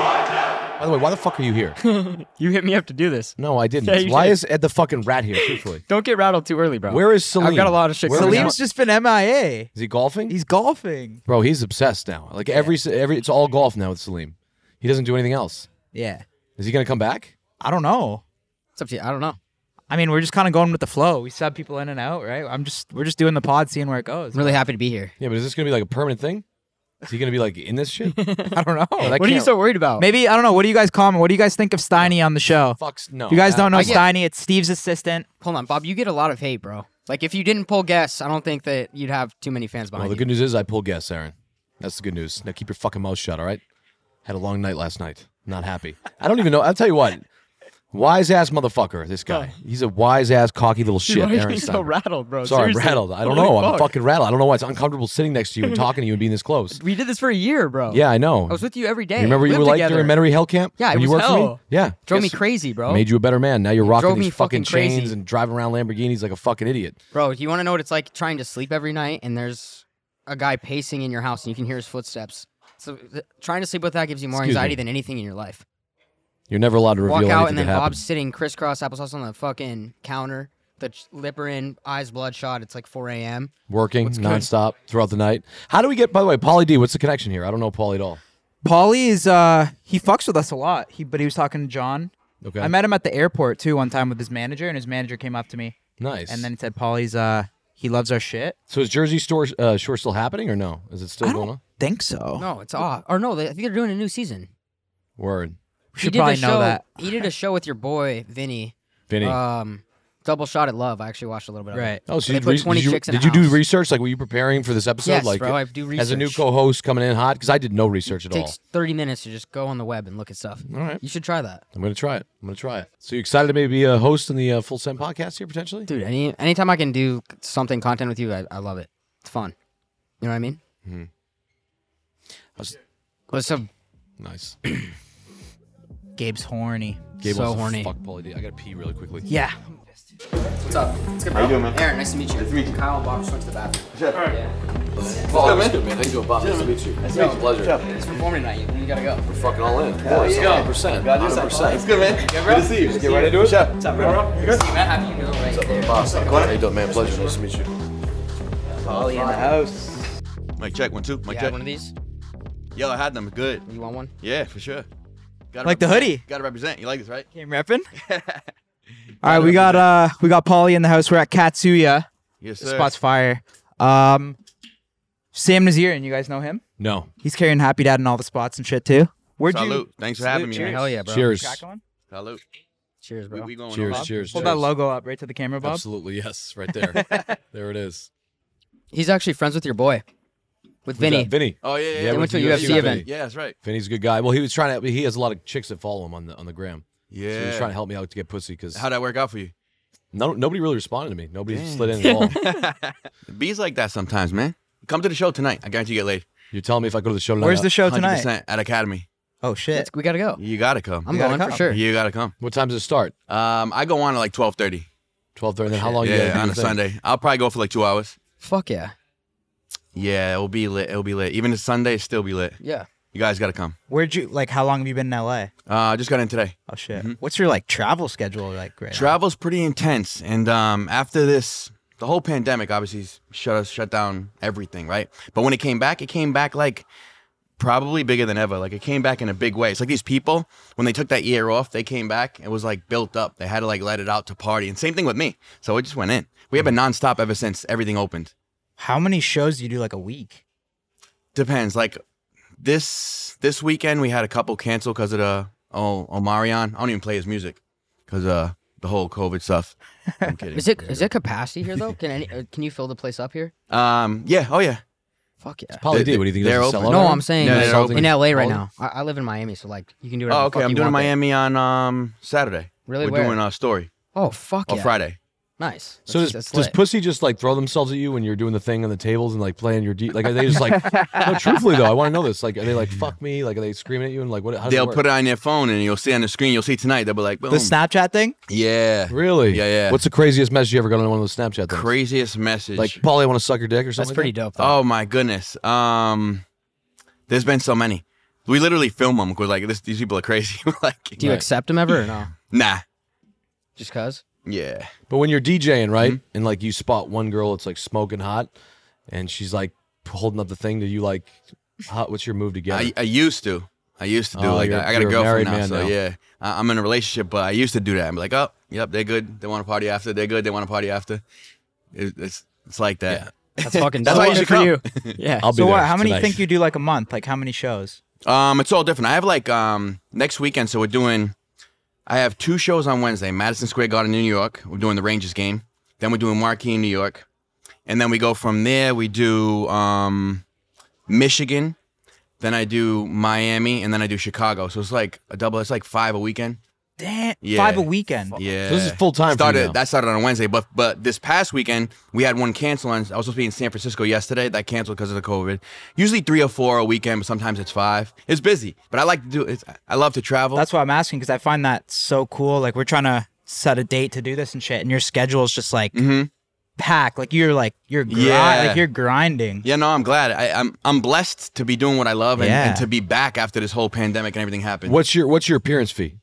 By the way, why the fuck are you here? You hit me up to do this. No, I didn't. Yeah, you why did. is Ed the fucking rat here? Truthfully, Don't get rattled too early, bro. where is Salim? I've got a lot of shit. Where coming is- out. Salim's just been MIA. Is he golfing? He's golfing. Bro, he's obsessed now. Like every every, it's all golf now with Salim. He doesn't do anything else. Yeah. Is he gonna come back? I don't know. It's up to you. I don't know. I mean, we're just kind of going with the flow. We sub people in and out, right? I'm just we're just doing the pod, seeing where it goes. I'm really happy to be here. Yeah, but is this gonna be like a permanent thing? Is he gonna be like in this shit? I don't know. I What are you can't- so worried about? Maybe I don't know. What do you guys comment? What do you guys think of Steiny on the show? Fucks no. If you guys don't know I get- Steiny, it's Steve's assistant. Hold on, Bob. You get a lot of hate, bro. Like if you didn't pull guests, I don't think that you'd have too many fans Well, behind the you. good news is I pull guests, Aaron. That's the good news. Now keep your fucking mouth shut. All right. Had a long night last night. Not happy. I don't even know. I'll tell you what. Wise ass motherfucker. This guy. Oh. He's a wise ass cocky little Dude, shit. why are Aaron you so Steinberg. rattled, Oh, bro? Sorry, Seriously. I'm rattled. I don't Holy know. I'm fuck. fucking rattled. I don't know why it's uncomfortable sitting next to you and talking to you and being this close. We did this for a year, bro. Yeah, I know. I was with you every day. You remember We you were lived like together. during Menary Hell Camp? Yeah, it When you was worked for me? hell. Yeah. Drove me Yes, sir. crazy, bro. Made you a better man. Now you're rocking drove these me fucking, fucking crazy. chains and driving around Lamborghinis like a fucking idiot. Bro, do you want to know what it's like trying to sleep every night and there's a guy pacing in your house and you can hear his footsteps? So th- trying to sleep with that gives you more Excuse anxiety me. than anything in your life. You're never allowed to reveal Walk out anything and then that happened. Bob's sitting crisscross applesauce on the fucking counter. The ch- lip are in, eyes bloodshot. It's like 4 a.m. Working nonstop throughout the night. How do we get? By the way, Pauly D, what's the connection here? I don't know Pauly at all. Paulie is uh he fucks with us a lot. He but he was talking to John. Okay. I met him at the airport too one time with his manager, and his manager came up to me nice. and then he said, "Paulie's uh he loves our shit." so is Jersey Store uh, Shore still happening or no? Is it still I going don't on? think so. No, it's off. Or no, they, I think they're doing a new season. Word, We He should did a probably know show- that. He did a show with your boy Vinny. Vinny. Um, double shot at love. I actually watched a little bit. Right. Of it. oh, so they you put re- did 20 you, chicks in did a you do house. research? Like, were you preparing for this episode? Yes, like, bro, I do As a new research. co-host coming in hot, because I did no research at all. takes 30 minutes to just go on the web and look at stuff. All right. You should try that, I'm gonna try it. I'm gonna try it. So you excited to maybe be a host in the uh, Full Send podcast here potentially? dude. Any anytime I can do something content with you, I, I love it. It's fun. You know what I mean? That's- What's up? nice. Gabe's horny. Gabe So wants to horny. Fuck Pauly D. I gotta pee really quickly. Yeah. What's up? What's good, How you doing, man? Aaron, nice to meet you. Nice to meet you. Kyle and Bob just went to the bathroom. Paul, what's good, man? How you doing, Bob? Nice to meet you. It's a pleasure. It's performing tonight. You, you gotta go. We're fucking all in. Of course, 100%. 100%. good, man. Good to see you. Just get right into it. Chef. What's up, bro? You good? Matt, how do you know right there? How you doing, man? Pleasure. Nice to meet you. Ollie in the house. Mike check one two. You Mike have check. one of these? Yellow hat number good. You want one? Yeah, for sure. Gotta Like the represent. hoodie. Gotta represent. You like this, right? Came repping. All right, we got uh we got Paulie in the house. We're at Katsuya. Yes, The sir. spot's fire. Um Sam Nazir, and you guys know him? No. He's carrying Happy Dad in all the spots and shit too. Where'd Salute. Thanks for having me, Cheers. man. Hell yeah, bro. Cheers. you crack on? Salute. Cheers, We, bro. we going Cheers, all out. cheers, Hold cheers. that logo up right to the camera, Bob. Absolutely, yes. Right there. there it is. He's actually friends with your boy, with Vinny. Yeah, Vinny. Oh yeah, yeah. Yeah, yeah. They went to a with UFC event. Vinny. Yeah, that's right. Vinny's a good guy. Well, he was trying to. He has a lot of chicks that follow him on the on the gram. Yeah. So he was trying to help me out to get pussy because How'd that work out for you? no, nobody really responded to me. Nobody slid in at all. The bees like that sometimes, man. Come to the show tonight. I guarantee you get laid. You're telling me if I go to the show tonight? uh, Where's the show tonight? 100% at Academy. Oh shit. Let's- we gotta go. You gotta come. I'm gotta going for come. sure. You gotta come. What time does it start? Um, I go on at like twelve thirty. Twelve thirty. Then how long? you gotta Oh, do Yeah, on your a thing? Sunday. I'll probably go for like two hours. Fuck yeah. Yeah, it'll be lit. It'll be lit. Even the Sunday, it'll still be lit. Yeah. You guys gotta come. Where'd you like how long have you been in LA? Uh, I just got in today. Oh shit. Mm-hmm. What's your like travel schedule like right now? Travel's pretty intense, and um, after this, the whole pandemic obviously s- shut us shut down everything, right? But when it came back, it came back like probably bigger than ever. Like it came back in a big way. It's like these people when they took that year off, they came back. It was like built up. They had to like let it out to party, and same thing with me. So I just went in. We have been nonstop ever since everything opened. How many shows do you do like a week? depends like this this weekend we had a couple cancel because of the oh omarion i don't even play his music because uh the whole covid stuff i'm kidding Is it is there capacity here though? Can any uh, can you fill the place up here? um yeah oh yeah Fuck yeah. Pauly They- D, what do you think? they're does it sell open. out No, already? I'm saying No, like, they're open. in LA right Pauly? now. I, I live in Miami, so like you can do it. oh okay i'm doing miami on um saturday Really? we're Where? doing a story Oh fuck on yeah. friday Nice. So does, That's- that's does lit. pussy just like throw themselves at you when you're doing the thing on the tables and like playing your D? Like are they just like? no, truthfully though, I want to know this. Like, are they like fuck me? Like, are they screaming at you and like what? How does they'll it put it on their phone and you'll see on the screen you'll see tonight they'll be like boom. The Snapchat thing? yeah Really? Yeah, yeah. What's the craziest message you ever got on one of those Snapchat things? craziest message Like, Paulie, I want to suck your dick or that's something. pretty like dope though. oh my goodness um there's been so many We literally film them because like this, these people are crazy. like, Do you Right. accept him ever or no? nah, Just cause? yeah, But when you're DJing, right, Mm-hmm. and like you spot one girl, it's like smoking hot, and she's like holding up the thing that you like. Hot, what's your move together? I, I used to. I used to do Oh, like you're- I got a you're a girlfriend married now, man so now. yeah, I, I'm in a relationship, but I used to do that. I'm like, oh, yep, they're good. They want to party after. They're good. They want to party after. It, it's it's like that. That's fucking That's dope. why you should for come. you. Yeah. I'll be So there what, how many tonight. think you do like a month? Like how many shows? Um, it's all different. I have like um next weekend, so we're doing. I have two shows on Wednesday: Madison Square Garden in New York. We're doing the Rangers game. Then we're doing Marquee in New York, and then we go from there. We do um, Michigan, then I do Miami, and then I do Chicago. So it's like a double. It's like five a weekend. Damn, Yeah. five a weekend. Yeah, So this is full time. started for you now. that started on Wednesday, but but this past weekend we had one cancel. On, I was supposed to be in San Francisco yesterday. That canceled because of the COVID. Usually three or four a weekend, but sometimes it's five. It's busy, but I like to do. It's, I love to travel. That's why I'm asking because I find that so cool. Like we're trying to set a date to do this and shit, and your schedule is just like packed. Like you're like you're gri- Mm-hmm. Yeah. like you're grinding. yeah, no, I'm glad. I, I'm I'm blessed to be doing what I love and, Yeah. and to be back after this whole pandemic and everything happened. What's your What's your appearance fee?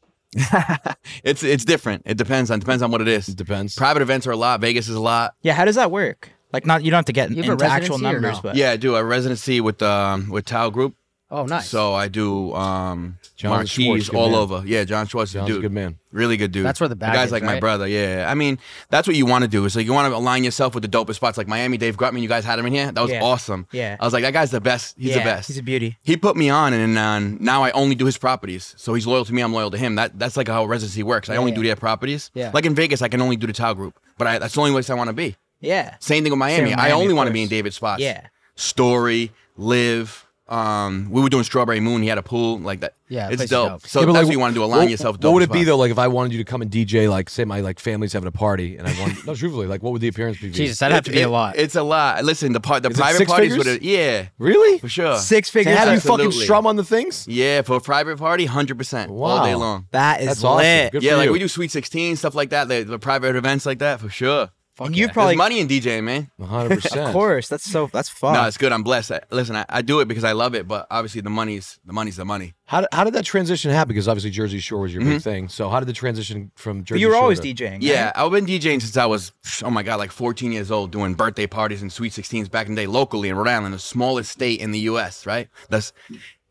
It's it's different. It depends on depends on what it is. It depends. Private events are a lot. Vegas is a lot. Yeah, how does that work? Like not you don't have to get You have a into actual residency or numbers, no? Uh, but Yeah, I do a residency with um with Tao Group. Oh, nice. So I do um John marquees Schwartz, good all man. over. Yeah, John Schwartz is a John's dude. a good man. Really good dude. That's where the guy's bag is, like my right? brother. Yeah, I mean that's what you want to do. Is like you want to align yourself with the dopest spots. Like Miami, Dave Grutman, you guys had him in here. That was Yeah. awesome. Yeah. I was like that guy's the best. He's the Yeah, best. He's a beauty. he put me on, and um, now I only do his properties. So he's loyal to me. I'm loyal to him. That that's like how residency works. I only yeah. do their properties. Yeah. Like in Vegas, I can only do the Tao Group, but I, that's the only place I want to be. Yeah. Same thing with Miami. with I Miami, only of want to be course. in David's spots. Yeah. Story, live. Um, we were doing Strawberry Moon. He had a pool like that. Yeah, it's place is dope. dope. So Yeah, but, that's like, what you want to do. Align what- yourself. with What would it dopest be spots. though? Like if I wanted you to come and DJ, like say my like family's having a party, and I want no truthfully, like what would the appearance fee be? Jesus, that'd have to be It- a lot. It's a lot. Listen, the part the it private six parties figures? would have yeah, really? for sure. Six To figures. have you That's, fucking Absolutely. strum on the things? Yeah, for a private party, hundred percent all day Wow. long. that is That's awesome. lit. Good for yeah, like you. we do Sweet Sixteen stuff like that. The, the private events like that for sure. And you There's probably money in DJing, man. 100. percent of course. That's so that's fun. No, it's good. I'm blessed. I, listen, I, I do it because I love it, but obviously the money's the money's the money. How did, how did that transition happen? Because obviously Jersey Shore was your Mm-hmm. big thing. So how did the transition from Jersey but you were Shore always to- DJing. Yeah, I've been DJing since I was, oh my God, like 14 years old, doing birthday parties and sweet 16s back in the day locally in Rhode Island, the smallest state in the US, right? That's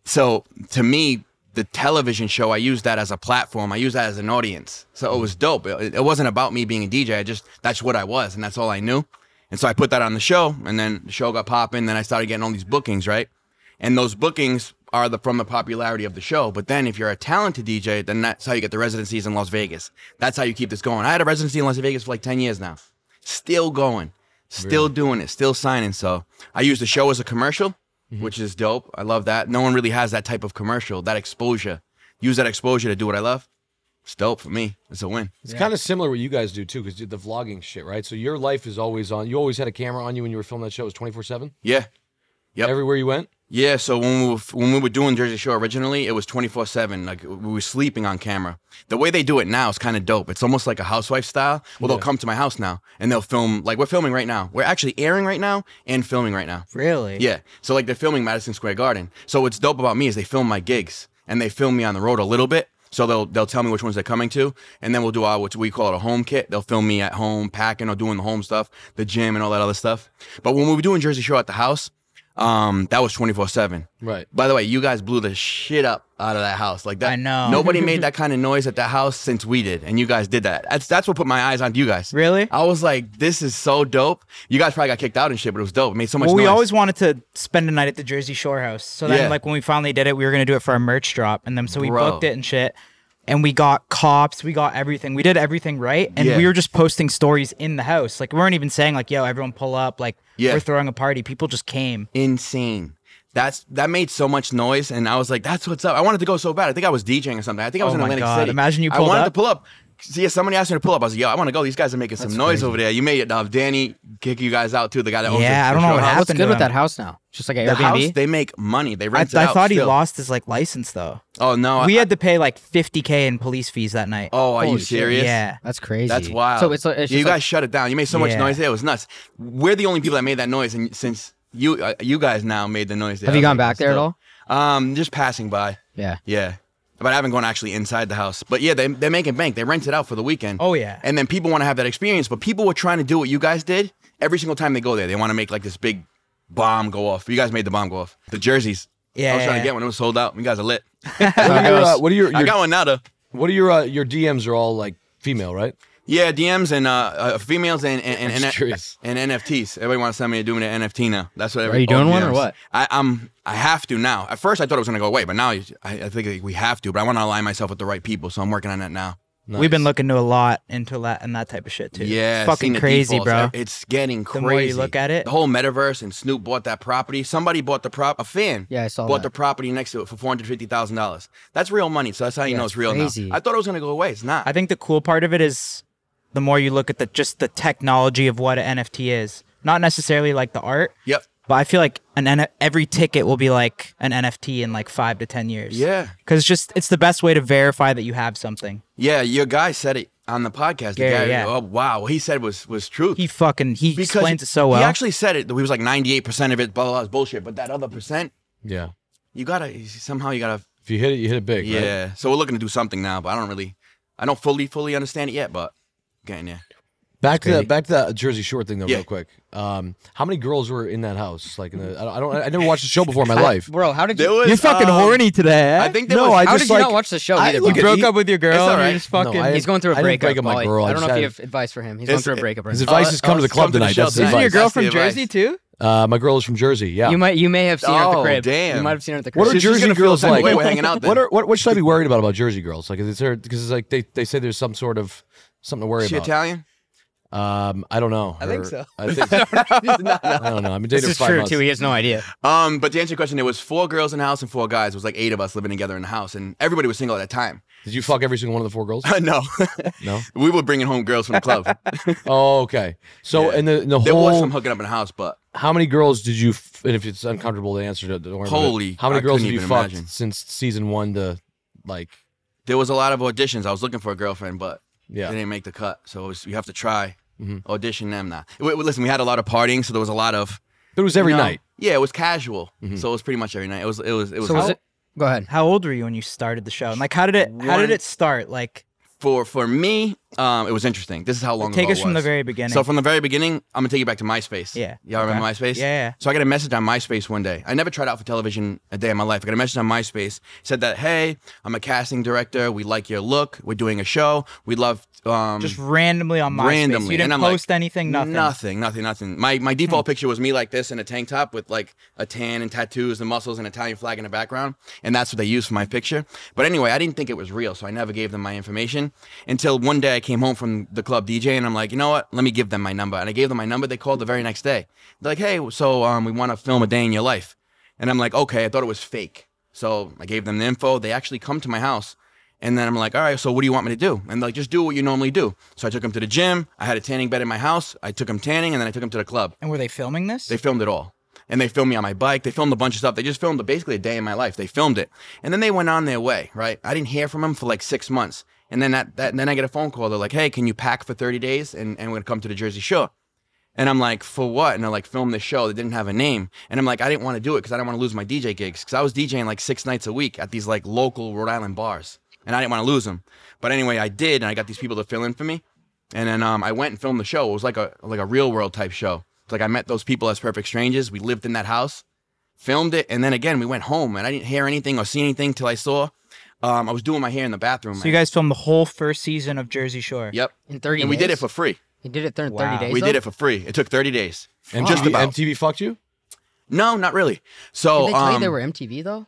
so to me, the television show, I used that as a platform, I used that as an audience. So it was dope. It, it wasn't about me being a DJ, I just, that's what I was, and that's all I knew. And so I put that on the show, and then the show got popping, then I started getting all these bookings, right? and those bookings are the from the popularity of the show. But then if you're a talented DJ, then that's how you get the residencies in Las Vegas. That's how you keep this going. I had a residency in Las Vegas for like 10 years now. Still going. Still doing it. Still signing. So I use the show as a commercial, which is dope. I love that. No one really has that type of commercial, that exposure. Use that exposure to do what I love. It's dope for me. It's a win. It's kind of similar what you guys do too, because the vlogging shit, right? So your life is always on. You always had a camera on you when you were filming that show. It was 24 seven. Yeah. Yep. Everywhere you went. Yeah, so when we were, when we were doing Jersey Shore originally, it was 24 7. Like, we were sleeping on camera. The way they do it now is kind of dope. It's almost like a housewife style. Well, they'll come to my house now and they'll film. Like, we're filming right now. We're actually airing right now and filming right now. Really? Yeah. So, like, they're filming Madison Square Garden. So, what's dope about me is they film my gigs and they film me on the road a little bit. So, they'll, they'll tell me which ones they're coming to. And then we'll do our, what we call it a home kit. They'll film me at home, packing or doing the home stuff, the gym, and all that other stuff. But when we were doing Jersey Shore at the house, um, that was 24 7. Right. By the way, you guys blew the shit up out of that house. Like that, I know. Nobody made that kind of noise at that house since we did, and you guys did that. That's that's what put my eyes on you guys. Really? I was like, this is so dope. You guys probably got kicked out and shit, but it was dope. It made so much Well, we noise. always wanted to spend a night at the Jersey Shore house. So then, Yeah. like when we finally did it, we were gonna do it for our merch drop, and then so we Bro. booked it and shit, and we got cops, we got everything, we did everything right, and Yeah. we were just posting stories in the house. Like we weren't even saying like, "Yo, everyone pull up!" Like Yeah. we're throwing a party. People just came. insane. That's that made so much noise, and I was like, "That's what's up." I wanted to go so bad. I think I was DJing or something. I think I was Oh in my Atlantic God, City. imagine you I pulled wanted to up. pull up. See, yeah, somebody asked me to pull up. I was like, "Yo, I want to go. These guys are making some noise over there." You made it. Uh, Danny kick you guys out too. The guy that owns Yeah, the- I the don't know show what house. happened What's to good with him. that house now? Just like an The Airbnb? house they make money. They I, I rent it out. thought he still. lost his like license though. Oh no, we I- had to pay like 50k in police fees that night. Oh, are you Holy shit. serious? yeah. That's crazy. That's wild. So it's, like- it's Yeah, just you like- guys shut it down. You made so much Yeah. noise there. It was nuts. We're the only people that made that noise, and since you uh, you guys now made the noise there. Have I you was gone like, back there at still- all? Um, just passing by. Yeah. Yeah. But I haven't gone actually inside the house. But yeah, they, they're making bank. They rent it out for the weekend. Oh, yeah. And then people want to have that experience. But people were trying to do what you guys did every single time they go there. They want to make like this big bomb go off. You guys made the bomb go off. The jerseys. I was trying Yeah. to get one. It was sold out. You guys are lit. What are your, uh, what are your, I your- got one now though. what are your, uh, your DMs are all like female, right? Yeah, DMs and uh, uh females and and and, I'm just and, curious. and NFTs. Everybody wants to send me to do an NFT now. That's what. Are you doing one or what? I, I'm. I have to now. At first, I thought it was gonna go away, but now I, I think we have to. But I want to align myself with the right people, so I'm working on that now. We've been looking to a lot into that and that type of shit too. Yeah, It's fucking seen the crazy, defaults. bro. It's getting crazy. The more you look at it. the whole metaverse and Snoop bought that property. Somebody bought the prop. A fan. Yeah, I saw Bought that. the property next to it for four hundred fifty thousand dollars. That's real money. So that's how you Yeah, know it's it's real crazy. now. I thought it was gonna go away. It's not. I think the cool part of it is the more you look at the just the technology of what an NFT is, not necessarily like the art, yep. but I feel like an N- every ticket will be like an NFT in like five to ten years. Yeah. because just it's the best way to verify that you have something. Yeah, your guy said it on the podcast. The Gary, guy, yeah. oh wow, what he said was was truth. He fucking he Because explains it so well. He actually said it. He was like ninety eight percent of it, blah blah blah, is bullshit. But that other percent, Yeah. you gotta somehow you gotta If you hit it, you hit it big. right? yeah. So we're looking to do something now, but I don't really, I don't fully fully understand it yet, but getting there. Back to that, back to that Jersey Shore thing though, Yeah. real quick. Um, how many girls were in that house? Like, in the, I don't, I don't, I never watched the show before in my life. Bro, how did you? was, You're fucking um, horny today. eh? I think there No, was- I How just did you like not watch the show I- either? look Bob? at- broke he- up with your girl. all and right. you're just fucking. No, I- He's going through I a didn't breakup. break up my Molly. girl, I I don't know just if you had- have advice for him. He's It's- going through a it- breakup right His now. advice Oh, is come oh, to the it's club come to the tonight. show That's the tonight. Isn't your advice. That's the girl from advice. Jersey too? Uh, my girl's from Jersey. Yeah. You might, you may have seen her at the Oh, crib. damn. You might have seen her at the crib. what are she's Jersey gonna feel girls some like? way we're hanging out what then. are what, what should I be worried about about Jersey girls? Like, is there because it's like they, they say there's some sort of something to worry Is she about. Italian? Um, I don't know. I think Her- so. I think I don't know. I've been dating This her is five true months. too. He has no idea. Um, but to answer your question, there was four girls in the house and four guys. It was like eight of us living together in the house, and everybody was single at that time. Did you fuck every single one of the four girls? no, No. we were bringing home girls from the club. Oh, okay. So, Yeah. and the, and the there whole was some hooking up in the house, but how many girls did you f- and if it's uncomfortable to answer that don't worry about it. Holy- how many I girls couldn't have you even fucked imagine. since season one to like there was a lot of auditions. I was looking for a girlfriend, but they yeah Mm-hmm. didn't make the cut. So it was, you have to try audition them now. W- w- listen, we had a lot of partying, so there was a lot of it was every you know, night Mm-hmm. Yeah, it was casual, so it was pretty much every night. It was it was it was, So was how- it? Go ahead. how old were you when you started the show? And like, how did it? How did One- it start? Like, for for me. Um, it was interesting. This is how long take ago us it from the was. very beginning. So from the very beginning, I'm gonna take you back to MySpace. Yeah. Y'all remember Okay. MySpace? Yeah, yeah. So I got a message on MySpace one day. I never tried out for television a day in my life. I got a message on MySpace. Said that, hey, I'm a casting director. We like your look. We're doing a show. We love um just randomly on MySpace. randomly. you didn't and I'm post like, anything. Nothing. Hmm. Nothing, nothing, nothing. My my default picture was me like this in a tank top with like a tan and tattoos and muscles and Italian flag in the background. And that's what they used for my picture. But anyway, I didn't think it was real, so I never gave them my information until one day I came home from the club DJ and I'm like, you know what? Let me give them my number. And I gave them my number. They called the very next day. They're like, hey, so um, we want to film a day in your life. And I'm like, okay, I thought it was fake. So I gave them the info. They actually come to my house. And then I'm like, all right, so what do you want me to do? And they're like, just do what you normally do. So I took him to the gym. I had a tanning bed in my house. I took him tanning and then I took him to the club. And were they filming this? They filmed it all. And they filmed me on my bike. They filmed a bunch of stuff. They just filmed a- basically a day in my life. They filmed it. And then they went on their way, right? I didn't hear from them for like six months. And then that, that then I get a phone call. They're like, hey, can you pack for 30 days? And, and we're going to come to the Jersey Shore. And I'm like, for what? And they're like, film this show. They didn't have a name. And I'm like, I didn't want to do it because I didn't want to lose my DJ gigs because I was DJing like six nights a week at these like local Rhode Island bars. And I didn't want to lose them. But anyway, I did. And I got these people to fill in for me. And then um, I went and filmed the show. It was like a like a real world type show. It's like I met those people as perfect strangers. We lived in that house, filmed it, and then again we went home. And I didn't hear anything or see anything till I saw. Um, I was doing my hair in the bathroom. so you guys filmed the whole first season of Jersey Shore. yep. In 30 And we did days? it for free. He did it th- in 30 Wow. days. We did though? it for free. It took 30 days. MTV, Just about. MTV fucked you No, not really. So Did they tell you um, they were MTV though?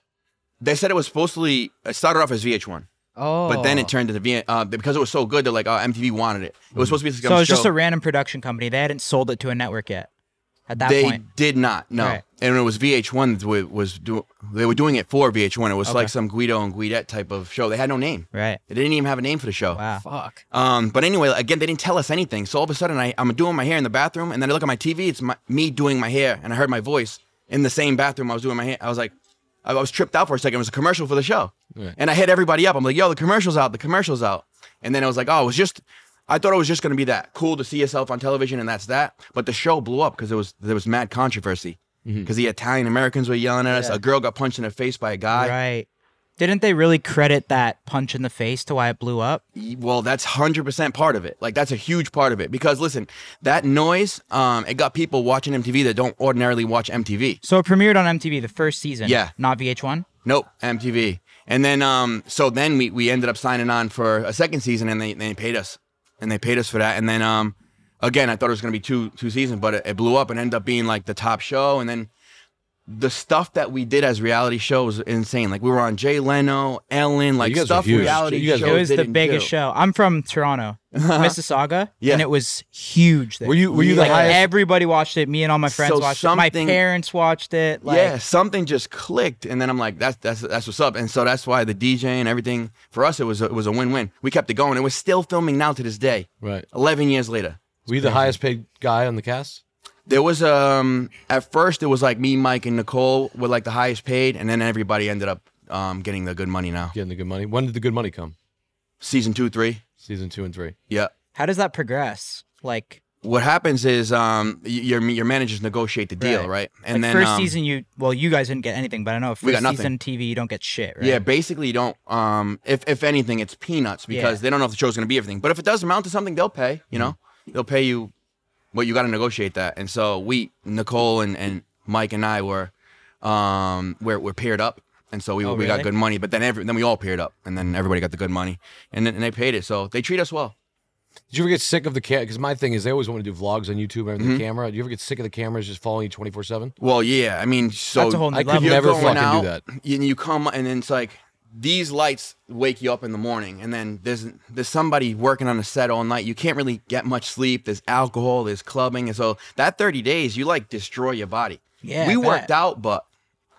they said it was supposedly it started off as VH1, Oh. Mm. but then it turned into V uh, because it was so good. They're like, oh, MTV wanted it. It was supposed to be some So it was show. just a random production company. They hadn't sold it to a network yet. At that they point, did not. No, Right. and it was VH1 that wa- was do- they were doing it for VH1. It was like some Guido and Guidette type of show. They had no name. right? They didn't even have a name for the show. Wow. fuck. Um, but anyway, again, they didn't tell us anything. So all of a sudden, I, I'm doing my hair in the bathroom, and then I look at my TV. It's my, me doing my hair, and I heard my voice in the same bathroom I was doing my hair. I was like, I, I was tripped out for a second. It was a commercial for the show, Right. and I hit everybody up. I'm like, "Yo, the commercial's out! The commercial's out!" And then I was like, "Oh, it was just." I thought it was just gonna be that cool to see yourself on television, and that's that. But the show blew up because it was there was mad controversy. because the Italian Americans were yelling at us. A girl got punched in the face by a guy. right. Didn't they really credit that punch in the face to why it blew up? Y- Well, that's hundred percent part of it. Like that's a huge part of it because listen, that noise, um, it got people watching MTV that don't ordinarily watch MTV. So it premiered on MTV the first season. Yeah. Not VH1. Nope, MTV. And then, um, so then we, we ended up signing on for a second season, and they, they paid us, and they paid us for that. And then, um, again, I thought it was gonna be two two seasons, but it, it blew up and ended up being like the top show. And then the stuff that we did as reality shows was insane. Like we were on Jay Leno, Ellen, like guys were stuff huge. reality You guys were- shows. It was the Oh, didn't biggest do. show. I'm from Toronto, Mississauga, Yeah. and it was huge. There. Were you- were you the like highest- everybody watched it? Me and all my friends So watched it. My something- parents watched it. Like, yeah, something just clicked, and then I'm like, that's that's that's what's up, and so that's why the DJ and everything for us it was a, it was a win win. We kept it going, and we're still filming now to this day, Right. eleven years later. Were you the highest paid guy on the cast? There was um at first it was like me, Mike, and Nicole were like the highest paid, and then everybody ended up um getting the good money now. Getting the good money. When did the good money come? Season two, three, Season two and three. yeah. How does that progress? Like, What happens is um y- your your managers negotiate the deal, right? Right. like And then first um, season, you well, you guys didn't get anything, but I know first We got nothing. season TV, you don't get shit. Right? Yeah, basically you don't. Um, if if anything, it's peanuts because Yeah. they don't know if the show's gonna be everything. But if it does amount to something, they'll pay. You know, Mm-hmm. they'll pay you. But you got to negotiate that. And so we, Nicole and, and Mike and I were, um, we're, we're paired up, and so we, we got Oh, really? good money. But then every then we all paired up, and then everybody got the good money, and then and they paid it. So they treat us well. Did you ever get sick of the camera? Because my thing is, they always want to do vlogs on YouTube and Mm-hmm. the camera. Do you ever get sick of the cameras just following you twenty four seven? Well, yeah. I mean, so That's a whole new I level. could never fucking do that. You, you come and then it's like these lights wake you up in the morning, and then there's there's somebody working on a set all night. You can't really get much sleep. There's alcohol. There's clubbing, and so that 30 days you like destroy your body. Yeah, we I worked bet. out, but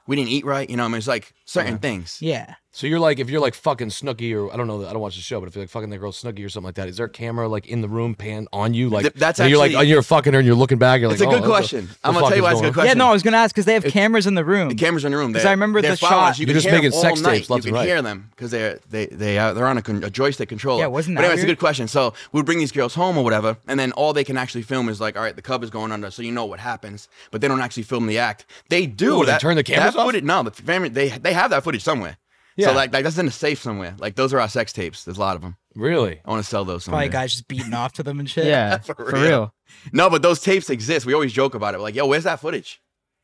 we didn't eat right. You know, I mean, it's like certain things. Yeah. So you're like, if you're like fucking Snooki or I don't know, I don't watch the show, but if you're like fucking that girl Snooki or something like that, is there a camera like in the room pan on you? Like Th- that's and you're like, actually- and you're fucking her and you're looking back. You're It's like, a oh, good what the- question. the I'm gonna fuck tell is you why it's going a good on? question. Yeah, no, I was gonna ask because they have cameras in the room. The cameras in the room. 'Cause they're- I remember they're the following us. shot- You're You can just hear 'em making all sex night. tapes left you and can right. hear them because they're they they uh, they're on a, con- a joystick controller. Yeah, wasn't But that anyway, it's a weird? good question. So we would bring these girls home or whatever, and then all they can actually film is like, all right, the cover's going under, so you know what happens. But they don't actually film the act. They do. Ooh, they that, turn the cameras that off? Footage, no, the family, they they have that footage somewhere. Yeah. So like, like that's in a safe somewhere. Like those are our sex tapes. There's a lot of them. Really? I want to sell those. Someday. Probably guys just beating off to them and shit. Yeah, For for, real. real. No, but those tapes exist. We always joke about it. We're like, yo, where's that footage?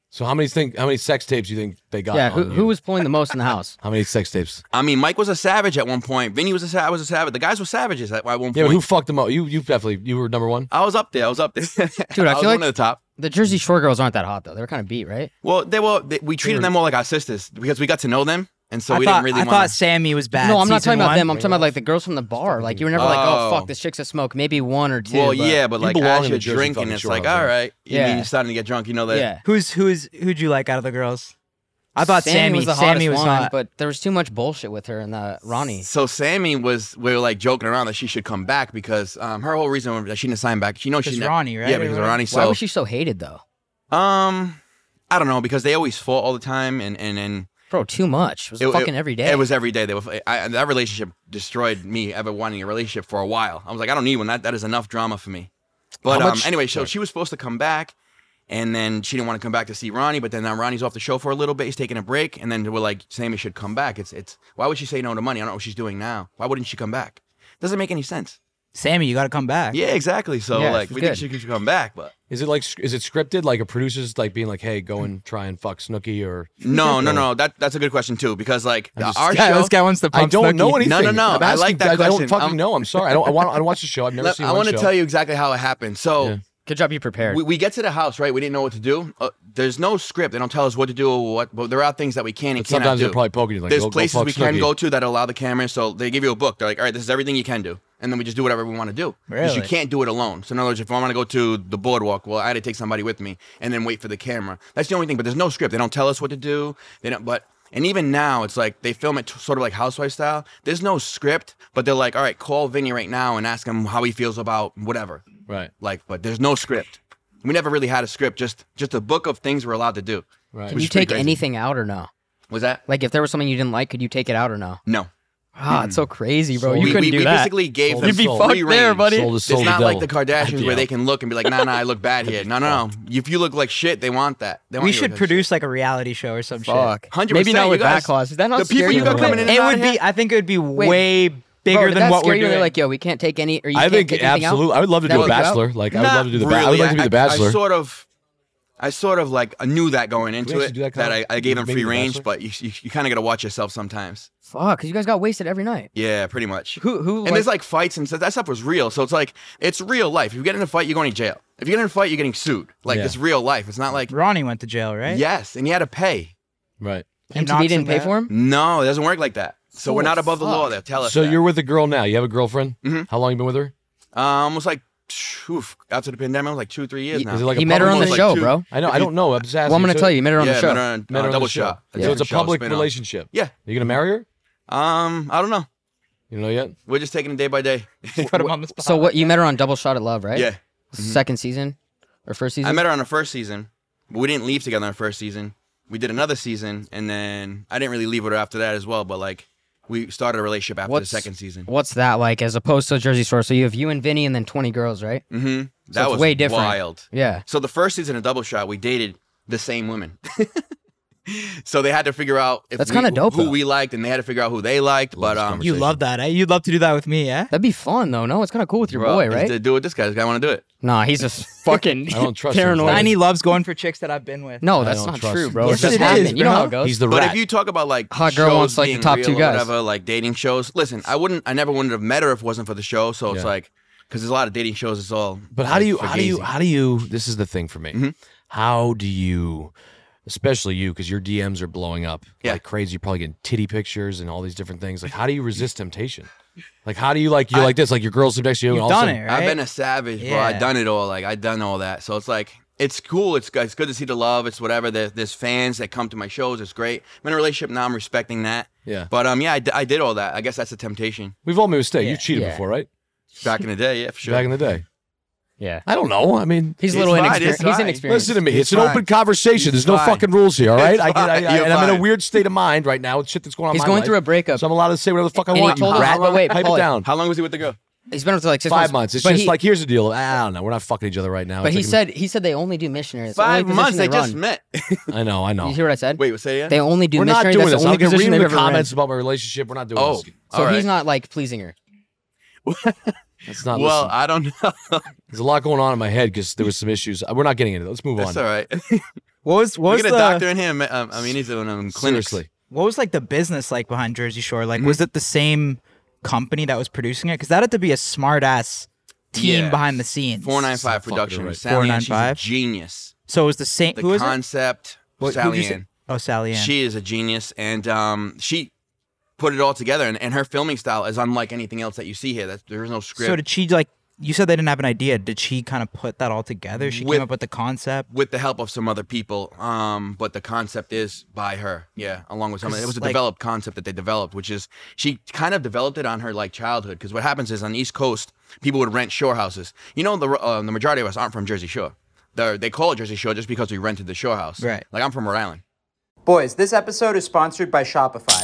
So how many think? How many sex tapes do you think they got? Yeah, who, on you? who was pulling the most in the house? How many sex tapes? I mean, Mike was a savage at one point. Vinny was a savage. was a savage. The guys were savages at, at one point. Yeah, but who fucked them up? You, you definitely, you were number one. I was up there. I was up there. Dude, I feel was one like- of the top. The Jersey Shore girls aren't that hot though. They were kind of beat, right? Well, they were. They, we treated them more like our sisters because we got to know them, and so I we thought, didn't really I want. thought Sammy was bad. no, I'm not season talking about one. them. I'm talking about like the girls from the bar. Like you were never like, oh Oh. fuck, this chick's a smoke. Maybe one or two. well, but- yeah, but You like belong as in you're the Jersey drinking, fucking it's shore, like, I was all like- right, you mean Yeah. you're starting to get drunk. You know that. yeah. Who's who's who'd you like out of the girls? I thought Sammy, was the Sammy hottest was one, hot. but there was too much bullshit with her and the Ronnie. So Sammy was we were like joking around that she should come back because um, her whole reason that she didn't sign back, she knows she's Because Ronnie, right? Yeah, because of Or- Ronnie. Why So was she so hated though? um, I don't know because they always fought all the time, and and and Bro, too much. It was fucking every day. It was every day. They were I, that relationship destroyed me ever wanting a relationship for a while. I was like, I don't need one. That that is enough drama for me. But How um, much- anyway, so she was supposed to come back, and then she didn't want to come back to see Ronnie. But then now Ronnie's off the show for a little bit. He's taking a break, and then we're like, Sammy should come back. It's it's why would she say no to money? I don't know what she's doing now. Why wouldn't she come back? Doesn't make any sense. Sammy, you got to come back. Yeah, exactly. So Yeah, like, she's we good. think she should come back, but Is it like, is it scripted? Like a producer's like being like, hey, go and try and fuck Snooki or no, no, no. That that's a good question too because like I'm just- our Yeah, show. this guy wants to pump I don't know Snooki. anything. No, no, no. I'm I asking- like that I, I question. don't fucking I'm- know. I'm sorry. I don't. I want. I don't watch the show. I've never let- seen. I want to tell you exactly how it happened. So. Yeah. Good job you prepared. We, we get to the house, right? We didn't know what to do. Uh, there's no script. They don't tell us what to do or what, but there are things that we can and But cannot sometimes do. they're probably poking you, like, "Oh, there's "Go- go places fuck we can Snooki." go to that allow the camera. So they give you a book. They're like, all right, this is everything you can do. And then we just do whatever we want to do. 'Cause Really? You can't do it alone. So in other words, if I want to go to the boardwalk, well, I had to take somebody with me and then wait for the camera. That's the only thing. But there's no script. They don't tell us what to do. They don't. But and even now, it's like they film it t- sort of like housewife style. There's no script, but they're like, all right, call Vinny right now and ask him how he feels about whatever Right. like but there's no script we never really had a script just just a book of things we're allowed to do Right. Can you is pretty take crazy. anything out or no? was that Like if there was something you didn't like, could you take it out or no? no Ah, it's so crazy, Oh, bro. You Hmm. we, couldn't we, do we that. basically gave Sold them his You'd be soul. fucked free there, range. buddy. Sold his soul it's to not like the devil. Kardashians where Yeah. they can look and be like, nah, nah, I look bad here. No, no, no. If you look like shit, they want that. They want We you to should look like shit. produce like a reality show or some Fuck. shit. 100%, Maybe not you with guys- backlash. Is that not the people scary you got though? coming in and It out would here- be. I think it would be way Bro, bigger did than that what scare we're you? doing. They're like, yo, we can't take any. Or you I can't think take anything out? absolutely. I would love to That do a would go out? bachelor. Like I would Not love to do the. Ba- really. I would like to be the bachelor. I, sort of, I sort of like knew that going into actually it do that that, kind I, of- I gave them maybe free the range, Bachelor? but you, you, you kind of got to watch yourself sometimes. Fuck, because you guys got wasted every night. Yeah, pretty much. Who? Who? and there's like fights and stuff. That stuff was real. So it's like it's real life. If you get in a fight, you're going to jail. If you get in a fight, you're getting sued. Like Yeah. it's real life. It's not like Ronnie went to jail, right? yes, and you had to pay. right. And MTV knocks didn't him pay back. for him. No, it doesn't work like that. So we're Oh, not above the law. fuck. They'll tell us. So that. you're with a girl now. You have a girlfriend. Mhm. How long you been with her? uh, almost like oof, after the pandemic, it was like two, three years Ye- now. Is it like he a met her on public the like show, two- bro. I know. I don't know. I'm just asking. Well, I'm gonna So- tell you, he met her on yeah, the show. met her on, Met uh, her on double the show. shot. So different it's a show, public spin-off. relationship. Yeah. You gonna marry her? Um, I don't know. You don't know yet? We're just taking it day by day. Put him on the spot. So what? You met her on Double Shot at Love, right? Yeah. Second season or first season? I met her on the first season, but we didn't leave together on the first season. We did another season, and then I didn't really leave with her after that as well. But like, we started a relationship after What's- the second season. What's that like as opposed to Jersey Shore? So you have you and Vinny and then 20 girls, right? Mm-hmm. That it's was way different. wild. Yeah. So the first season of Double Shot, we dated the same women. so they had to figure out if That's we- kinda dope, who though. we liked, and they had to figure out who they liked. Love But this um, conversation. You love that, eh? You'd love to do that with me, eh? yeah? That'd be fun though. No, it's kind of cool with your bro, boy, it's right? To do it, this guy, this guy want to do it. Nah, he's just fucking I don't trust him. paranoid. Right. Tiny loves going for chicks that I've been with. No, I that's don't not trust true, him. bro. Yes, it's just it is, happening. You know bro. how it goes. He's the But rat. if you talk about like Hot girl shows wants, like, the being top real two or guys. whatever, like dating shows. Listen, I wouldn't, I never wouldn't have met her if it wasn't for the show. So Yeah. it's like, because there's a lot of dating shows. It's all. But how do you? like, How do you? fugazi. How do you? This is the thing for me. Mhm. How do you? Especially you, because your DMs are blowing up Yeah. like crazy. You're probably getting titty pictures and all these different things. Like, how do you resist temptation? Like, how do you like? You're like this. Like your girls next to you. and You've all of done a it, sudden, right? I've been a savage, bro. I've Yeah. done it all. Like I've done all that. So it's like it's cool. It's good. It's good to see the love. It's whatever. There, there's fans that come to my shows. It's great. I'm in a relationship now. I'm respecting that. Yeah, But um, yeah, I, d- I did all that. I guess that's the temptation we've all made a mistake. Yeah. you cheated Yeah. before, right? back in the day. Yeah, for sure. Back in the day. Yeah. I don't know. I mean, He's a It's little fine, inexperienced. it's He's fine. inexperienced. Listen to me. He's It's, an fine. open conversation. He's There's no fine. fucking rules here, all right? It's I, get, I, fine. I- You're and I'm in a fine. weird state of mind right now with shit that's going on. in He's my going life. through a breakup. so I'm allowed to say whatever the fuck I And he want. told us- How- but wait, pipe it Paul- down. How long was he with the girl? He's been with her like six Five months. It's but just he- like here's the deal. I don't know. We're not fucking each other right now. But It's he like- said he said they only do missionary. It's the only Five months. They position just run. met. I know. I know. You hear what I said? Wait, say it again. They only do We're not missionary. doing That's this. the only I'm gonna position read they've the ever ran. comments about my relationship. We're not doing oh, this. all So right. he's not like pleasing her. It's not. well, listen. I don't know. there's a lot going on in my head because there was some issues. We're not getting into. It. Let's move That's on. all right. What was what we was get a the doctor in here. ma- Um, I mean, he's doing um, clinics. Seriously. what was like the business like behind Jersey Shore? Mm. Like was it the same company that was producing it? Because that had to be a smart ass team Yeah. behind the scenes. Four nine five Fucking production. right. Sally Ann, she's 495? a Genius. So it was the same. The who is it? concept. What- who'd you Sally say- Ann. Oh, Sally Ann. She is a genius, and um, she put it all together. And, and her filming style is unlike anything else that you see here. That there is no script. so did she like? You said they didn't have an idea. Did she kind of put that all together? She With- came up with the concept. with the help of some other people, um, but the concept is by her, yeah, along with some. 'Cause, It was a like- developed concept that they developed, which is she kind of developed it on her like childhood. Because what happens is on the East Coast, people would rent shore houses. You know, the uh, the majority of us aren't from Jersey Shore. They're, they call it Jersey Shore just because we rented the shore house. Right. Like I'm from Rhode Island. Boys, this episode is sponsored by Shopify.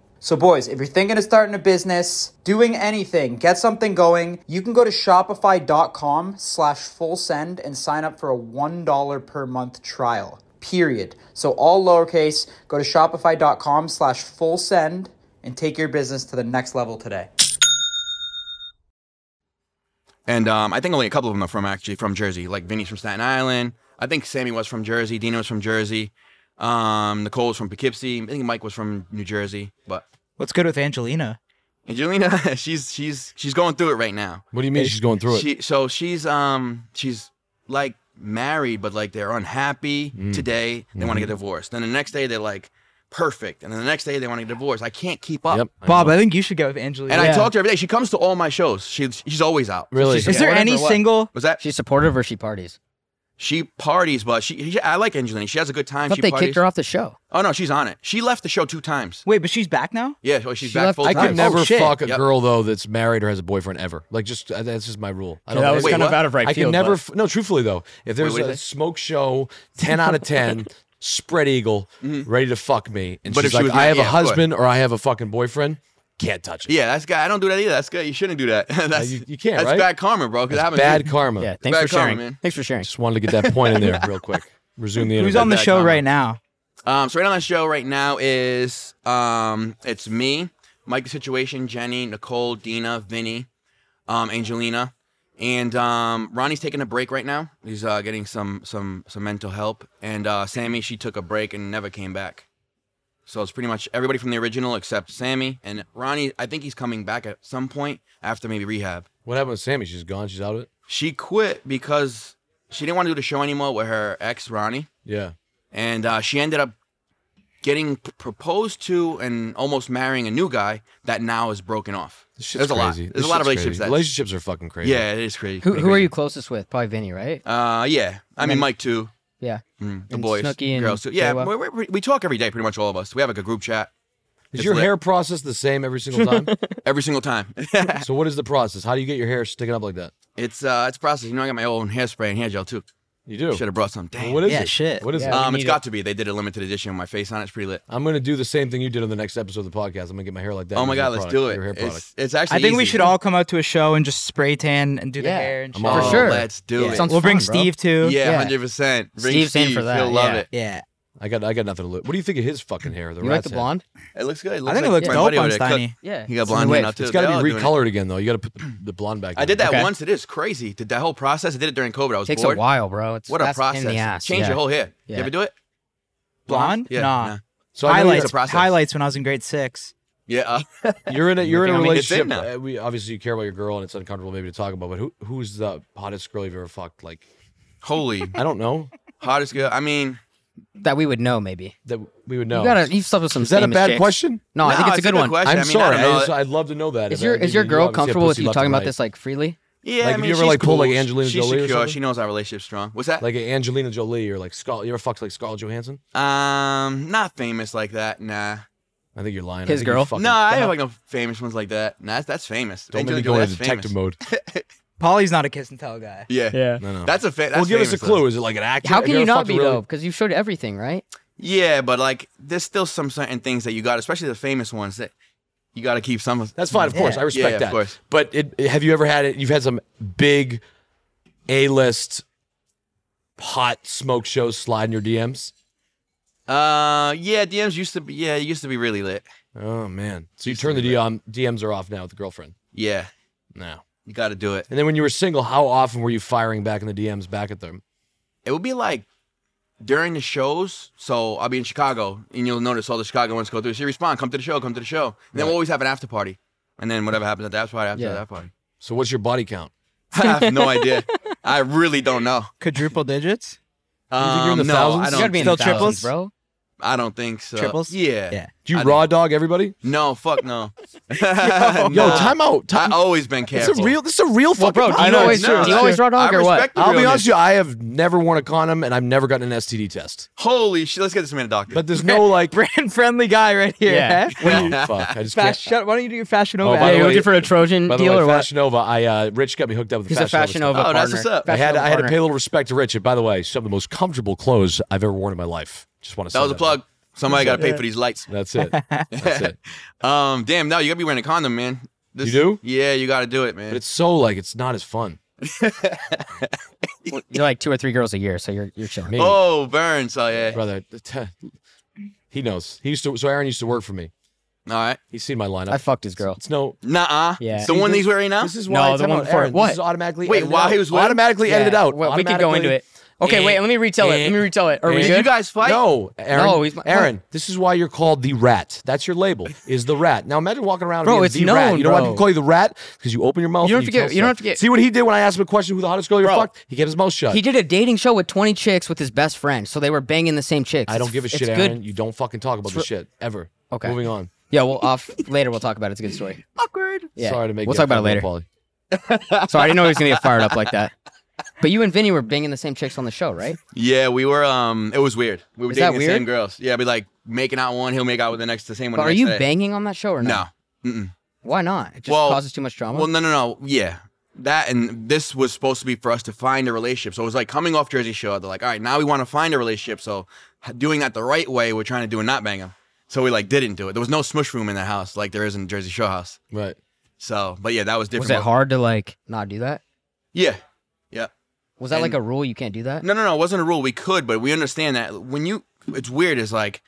So, boys, if you're thinking of starting a business, doing anything, get something going, you can go to shopify.com slash full send and sign up for a $1 per month trial, period. So, all lowercase, go to shopify.com slash full send and take your business to the next level today. And um, I think only a couple of them are from actually from Jersey. Like Vinny's from Staten Island. I think Sammy was from Jersey. Dino was from Jersey. Um, Nicole was from Poughkeepsie. I think Mike was from New Jersey. But What's good with Angelina? Angelina, she's she's she's going through it right now. What do you mean she's going through it? She so she's um she's like married, but like they're unhappy Mm. today. They Mm-hmm. want to get divorced. Then the next day they're like perfect, and then the next day they want to get divorced. I can't keep up. yep. I Bob, know. I think you should go with Angelina. And I talk to her every day. She comes to all my shows. She she's always out. Really? She's Is there supportive any or what? single? Was that She's supportive or she parties? She parties, but she, she I like Angelina. She has a good I time. thought she they parties. kicked her off the show. Oh no, she's on it. She left the show two times. Wait, but she's back now. Yeah, well, she's She back left- full I time. could never Oh, shit. fuck a Yep. girl though that's married or has a boyfriend ever. Like, just uh, that's just my rule. I that was Wait, kind of what? out of right I field. can never. but- F- no, truthfully though, if there's what did a you say? smoke show, ten out of ten, spread eagle, ready to fuck me, and Mm-hmm. But she's if she like, was I mad- have yeah, a of course. husband or I have a fucking boyfriend, can't touch it. Yeah, that's good. I don't do that either. That's good. You shouldn't do that. that's you- you can't, That's right? bad karma, bro. 'cause that happened to Bad me. karma. Yeah, thanks Back for sharing. home, man. Thanks for sharing. Just wanted to get that point in there real quick. Resume the interview. Who's on the back show on. right now? Um, so right on the show right now is um, it's me, Mike the Situation, Jenny, Nicole, Dina, Vinny, um, Angelina, and um, Ronnie's taking a break right now. He's uh, getting some some some mental help, and uh, Sammy she took a break and never came back. So it's pretty much everybody from the original except Sammy and Ronnie. I think he's coming back at some point after maybe rehab. What happened with Sammy? She's gone. She's out of it. She quit because she didn't want to do the show anymore with her ex Ronnie Yeah. and uh, she ended up getting p- proposed to and almost marrying a new guy that now is broken off. This shit's There's a lot. crazy. There's This a lot shit's of relationships crazy. that relationships are fucking crazy. yeah, it is crazy. Who, pretty who are crazy. you closest with? Probably Vinny, right? Uh, yeah, I mean Mike too. Yeah. Mm, the And boys, Snooki and girls too. Yeah, Jawa. we we- we- we talk every day, pretty much all of us. We have like a group chat Is It's your lit. hair process the same every single time? every single time. so what is the process? How do you get your hair sticking up like that? it's uh, it's a process. You know, I got my own hairspray and hair gel too. You do. Should have brought some. Damn. What is Yeah, it? shit. What is Yeah. it? um, we it's need got to be. They did a limited edition with my face on it. It's pretty lit. I'm gonna do the same thing you did on the next episode of the podcast. I'm gonna get my hair like that. oh my Use your god, let's product, do Your hair it. product. It's, it's actually. I think we easy. should all come out to a show and just spray tan and do the Yeah. hair and shit. I'm all- Oh, For sure. Let's do Yeah. it. Sounds We'll bring fun, bro. Steve too. Yeah, Yeah. hundred percent. Steve's in for that, He'll love yeah. it. Yeah. I got I got nothing to lose. What do you think of his fucking hair? The you like rat's the head? blonde? It looks good. I think it looks my dope buddy on over there cut- Steiny. Yeah. He got It's blonde the wave. hair now too. It's They got all to be doing it. recolored again though. You got to put the blonde back. I in. did that Okay. once. It is crazy. Did that whole process. I did it during COVID. I was Takes bored. a while, bro. It's What a that's process. In the ass. Change yeah. your whole hair. Yeah. You ever do it? Blonde? Yeah. nah. nah. So I know you're- Highlight. it's a Highlights. process. Highlights when I was in grade six. Yeah. uh, You're in a you're in a I mean, it's in relationship. now. uh, we obviously you care about your girl and it's uncomfortable maybe to talk about. But who who's the hottest girl you've ever fucked? Like holy I don't know hottest girl. I mean, That we would know, maybe. that we would know. You gotta. You've slept with some. Is that a famous bad chicks. question? No, I no, think it's a good one. Question. I'm I mean, sorry. I I don't know. would love to know that. Is If your I- is your you girl obviously have comfortable with pussy you left talking and about right. this like freely? yeah. Like, I if mean, you ever, she's like, pull, like, cool. Angelina she's Jolie or secure. something? She knows our relationship's strong. What's that? Like Angelina Jolie or like Scar? You ever fucked like Scarlett Johansson? um, not famous like that. Nah. I think you're lying. I His think you girl? fucking- No, I have like no famous ones like that. Nah, that's, that's famous. Don't make Angelina me go Jolie, into that's detective famous. mode. Polly's not a kiss and tell guy. Yeah. Yeah. No, no. That's a fa- that's well, give us a famous, though. clue. Is it like an actor? How Have can you ever not fucked a be really- though? Because you showed everything, right? Yeah, but like there's still some certain things that you got, especially the famous ones that you got to keep some. That's fine, of course. I respect yeah, of that. course. But it, it- have you ever had it? You've had some big A list hot smoke shows slide in your DMs? Uh, yeah, DMs used to be yeah, it used to be really lit. Oh, man. So you turn the DM, DMs are off now with the girlfriend. Yeah, No. you got to do it. And then when you were single, how often were you firing back in the DMs back at them? It would be like during the shows. So I'll be in Chicago, and you'll notice all the Chicago ones go through. She respond, come to the show, come to the show. And then we'll always have an after party, and then whatever happens at the after party, after Yeah. that party. So what's your body count? I have no idea. I really don't know. Quadruple digits? think you're in Um, the no, thousands? You I You gotta don't. be in Still the thousands, triples? bro. I don't think so. Triples? Yeah. Yeah. Do you I- raw dog everybody? No, fuck no. Yo, Nah. time out. Time, I always been It's careful. a real. This is a real fucking. bro, do podcast. you always- No, do you always raw dog I or what? respect the I'll be realness. honest with you. I have never worn a condom, and I've never gotten an STD test. Holy shit! Let's get this man a doctor. But there's no like. Brand friendly guy right here. Yeah. eh? What do you- fuck. I just Fas- can't. shut- why don't you do your Fashion Nova? Oh, by Hey, the you way- looking for a Trojan By the deal way, or what? Fashion Nova. I uh, Rich got me hooked up with the He's a Fashion Nova. Nova Oh, partner. that's what's up. stuff. I had Fashion I had to Nova pay a little respect to Rich. And by the way, some of the most comfortable clothes I've ever worn in my life. Just want to. that say was a plug. Somebody got to pay for these lights. That's it. That's it. Um, damn, no, you gotta be wearing a condom, man. This, You do? Yeah, you gotta do it, man. But it's so like it's not as fun. You're like two or three girls a year, so you're you're chilling. Maybe. oh, burns. Oh yeah. brother. he knows. He used to. So Aaron used to work for me. All right. He's seen my lineup. I fucked his girl. It's no. Nuh uh. Yeah. The See, one that he's wearing now? This is why No, it's the one on before. Aaron. This What? is automatically. Wait, edited while out. he was what? automatically Yeah, edited out. well, we could go into it. Okay, wait. Let me retell it. Let me retell it. Are we Did good? you guys fight? No, Aaron. No, he's my- Aaron, this is why you're called the rat. That's your label. Is the rat. Now imagine walking around. and Bro, being it's the rat. known, You know why bro. people call you the rat? Because you open your mouth. You don't have and to get- tell you don't stuff. have to get- See what he did when I asked him a question: Who the hottest girl you Bro. fucked? He kept his mouth shut. He did a dating show with 20 chicks with his best friend, so they were banging the same chicks. I don't It's- give a it's shit, good. Aaron. You don't fucking talk about this shit ever. Okay. Moving on. Yeah, well, off later we'll talk about it. It's a good story. Awkward. Yeah. Sorry to make. We'll you talk about it upset, later. Paulie. Sorry, I didn't know he was gonna get fired up like that. But you and Vinny were banging the same chicks on the show, right? Yeah, we were. Um, it was weird. We were Is dating that the weird? same girls. Yeah, be like making out one, he'll make out with the next, the same one. But the are next you day. banging on that show or No. not? Mm-mm. Why not? It just Well- causes too much drama. Well, no, no, no. Yeah, that and this was supposed to be for us to find a relationship. So it was like coming off Jersey Shore. They're like, all right, now we want to find a relationship. So h- doing that the right way, we're trying to do and not bang him. So we like didn't do it. There was no smush room in that house like there is in Jersey Shore house. Right. So, but yeah, that was different. was it hard to like not do that? Yeah, yeah. Was that like And- a rule you can't do that? No, no, no. It wasn't a rule. We could, but we understand that when you, it's weird. It's like,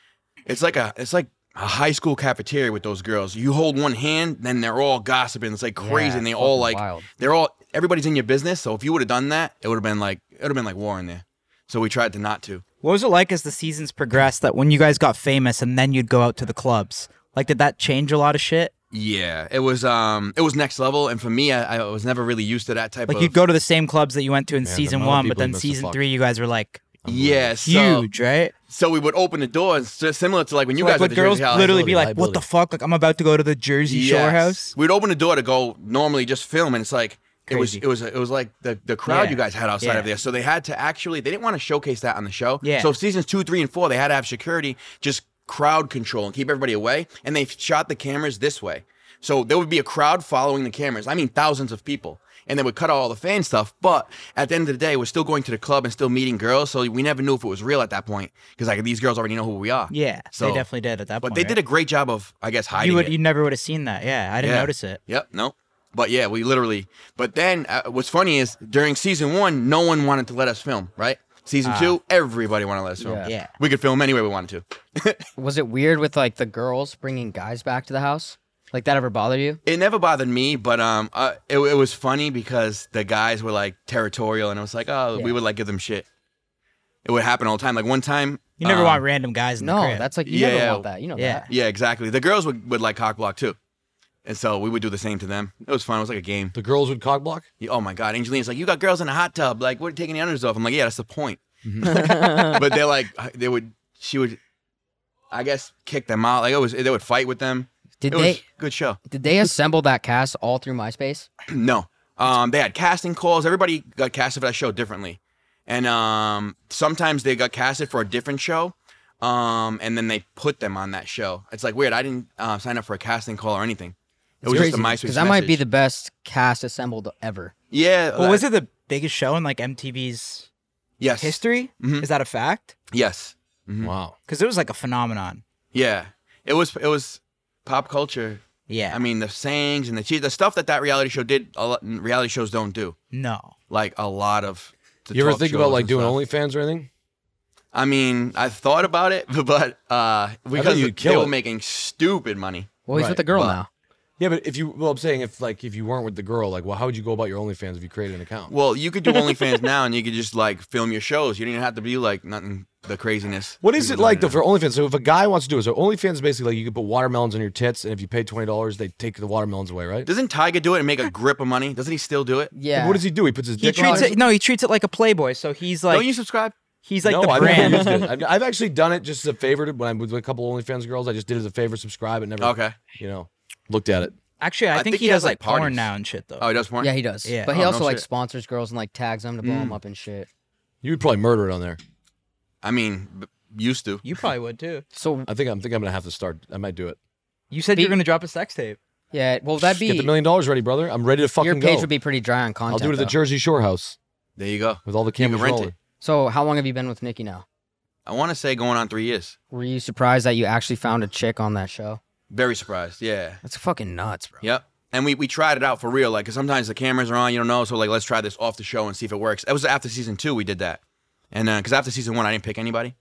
it's like a, it's like a high school cafeteria with those girls. You hold one hand, then they're all gossiping. It's like crazy, Yeah, and they it's all fucking like, wild. they're all everybody's in your business. So if you would have done that, it would have been like, it would have been like war in there. So we tried to not to. What was it like as the seasons progressed that when you guys got famous and then you'd go out to the clubs? Like, did that change a lot of shit? Yeah, it was, um, it was next level. And for me, I, I was never really used to that type Like, of. you'd go to the same clubs that you went to in the season amount of one, but people you then must have season fucked. three, you guys were like Yeah, so, huge, right? So we would open the door, and s- similar to like when you like, guys were at would the girls Jersey House. literally be like, Liability. "What the fuck? Like, I'm about to go to the Jersey Shore Yes. house." We'd open the door to go normally just film, and it's like it was Crazy. it was it was like the the crowd Yeah. you guys had outside of Yeah. there. So they had to actually they didn't want to showcase that on the show. Yeah. So seasons two, three, and four, they had to have security just crowd control and keep everybody away. And they shot the cameras this way, so there would be a crowd following the cameras. I mean, thousands of people. And they would cut out all the fan stuff, but at the end of the day, we're still going to the club and still meeting girls. So we never knew if it was real at that point because like these girls already know who we are. Yeah, so they definitely did at that But point. they did a great job of, I guess, hiding You would, it. you never would have seen that. Yeah, I didn't Yeah. notice it. Yep. No. But yeah, we literally. But then uh, what's funny is during season one, no one wanted to let us film. Right. Season two, everybody wanted to let us film. Yeah. Ah. Yeah. We could film anywhere we wanted to. Was it weird with like the girls bringing guys back to the house? Like that ever bother you? It never bothered me, but um, uh, it, it was funny because the guys were like territorial, and it was like, oh, we would like give them shit. It would happen all the time. Like one time, You never um, want random guys in the No, crib. that's like you Yeah. never want that. You know Yeah. that. Yeah, exactly. The girls would, would like cock block too, and so we would do the same to them. It was fun. It was like a game. The girls would cock block. Yeah, Oh my God, Angelina's like, you got girls in a hot tub. Like, we're taking the unders off. I'm like, yeah, that's the point. Mm-hmm. but they're like, uh, they would, she would, I guess, kick them out. Like, it was, they would fight with them. Did it they was a good show. did they assemble that cast all through MySpace? no, um, they had casting calls. Everybody got casted for that show differently, and um, sometimes they got casted for a different show, um, and then they put them on that show. It's like weird. I didn't uh, sign up for a casting call or anything. It was just a MySpace. Because that might be message. the best cast assembled ever. yeah. well, was it the biggest show in like MTV's yes history? Mm-hmm. Is that a fact? Yes. Mm-hmm. Wow. Because it was like a phenomenon. Yeah, it was it was pop culture. Yeah, I mean, the sayings and the che- the stuff that that reality show did. A lot, reality shows don't do no. like a lot of. the You ever talk think shows about like and doing stuff. OnlyFans or anything? I mean, I thought about it, but uh, because you'd they kill were it. making stupid money. Well, he's Right, with the girl but- now. Yeah, but if you well, I'm saying if like if you weren't with the girl, like, well, how would you go about your OnlyFans if you created an account? Well, you could do OnlyFans now, and you could just like film your shows. You didn't have to be like nothing the craziness. what is you it can do like now. though for OnlyFans? So if a guy wants to do it, so OnlyFans is basically like you can put watermelons on your tits, and if you pay twenty dollars, they take the watermelons away, right? Doesn't Tiger do it and make a grip of money? Doesn't he still do it? Yeah. What does he do? He puts his He dick treats on. it. No, he treats it like a Playboy. So he's like Don't you subscribe? he's like no, the I've never brand. used it. I've, I've actually done it just as a favor to, when I'm with a couple OnlyFans girls. I just did it as a favor, subscribe, and never, Okay. you know, looked at it. Actually, I, I think, think he, he does has, like like, porn parties. now and shit though. Oh, he does porn. Yeah, he does. Yeah. But he Oh, also no like shit. sponsors girls and like tags them to blow them up and shit. You would probably murder it on there. I mean, b- used to. you probably would too. So I think I'm think I'm gonna have to start. I might do it. You said you're Be- gonna drop a sex tape. yeah, well that'd Get the be million dollars ready, brother. I'm ready to fucking your page go. would be pretty dry on I'll content. do it at the though. Jersey Shore house There you go. with all the can cameras rent it. rolling. So how long have you been with Nikki now? I want to say going on three years. Were you surprised that you actually found a chick on that show? Very surprised. Yeah. That's fucking nuts, bro. Yep. And we, we tried it out for real, like, cause sometimes the cameras are on, you don't know. So like, let's try this off the show and see if it works. That was after season two we did that, and then cause after season one I didn't pick anybody,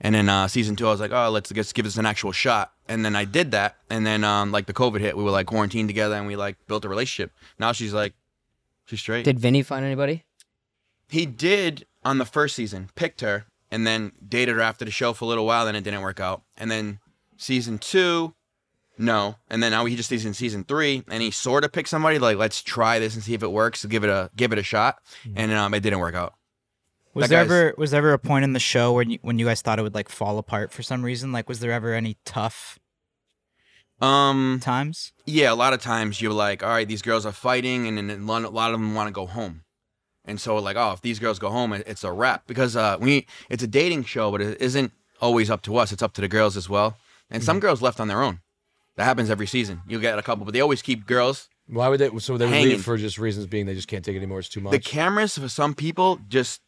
and then uh, season two I was like, oh, let's let's give this an actual shot. And then I did that, and then um, like the COVID hit, we were like quarantined together, and we like built a relationship. Now she's like, she's straight. Did Vinny find anybody? He did on the first season, picked her, and then dated her after the show for a little while, then it didn't work out. And then season two, no. And then now he just is in season three and he sort of picked somebody, like, let's try this and see if it works, give it a give it a shot. And um it didn't work out. Was That there guy's- ever was there ever a point in the show when you, when you guys thought it would like fall apart for some reason? Like, was there ever any tough Um times? yeah, a lot of times you're like, all right, these girls are fighting and then a lot a lot of them want to go home. And so like, oh, if these girls go home, it- it's a wrap because uh we it's a dating show, but it isn't always up to us. It's up to the girls as well. And some girls left on their own. That happens every season. You'll get a couple, but they always keep girls Why would they? So they would Hanging. leave for just reasons being they just can't take it anymore. It's too much. the cameras for some people just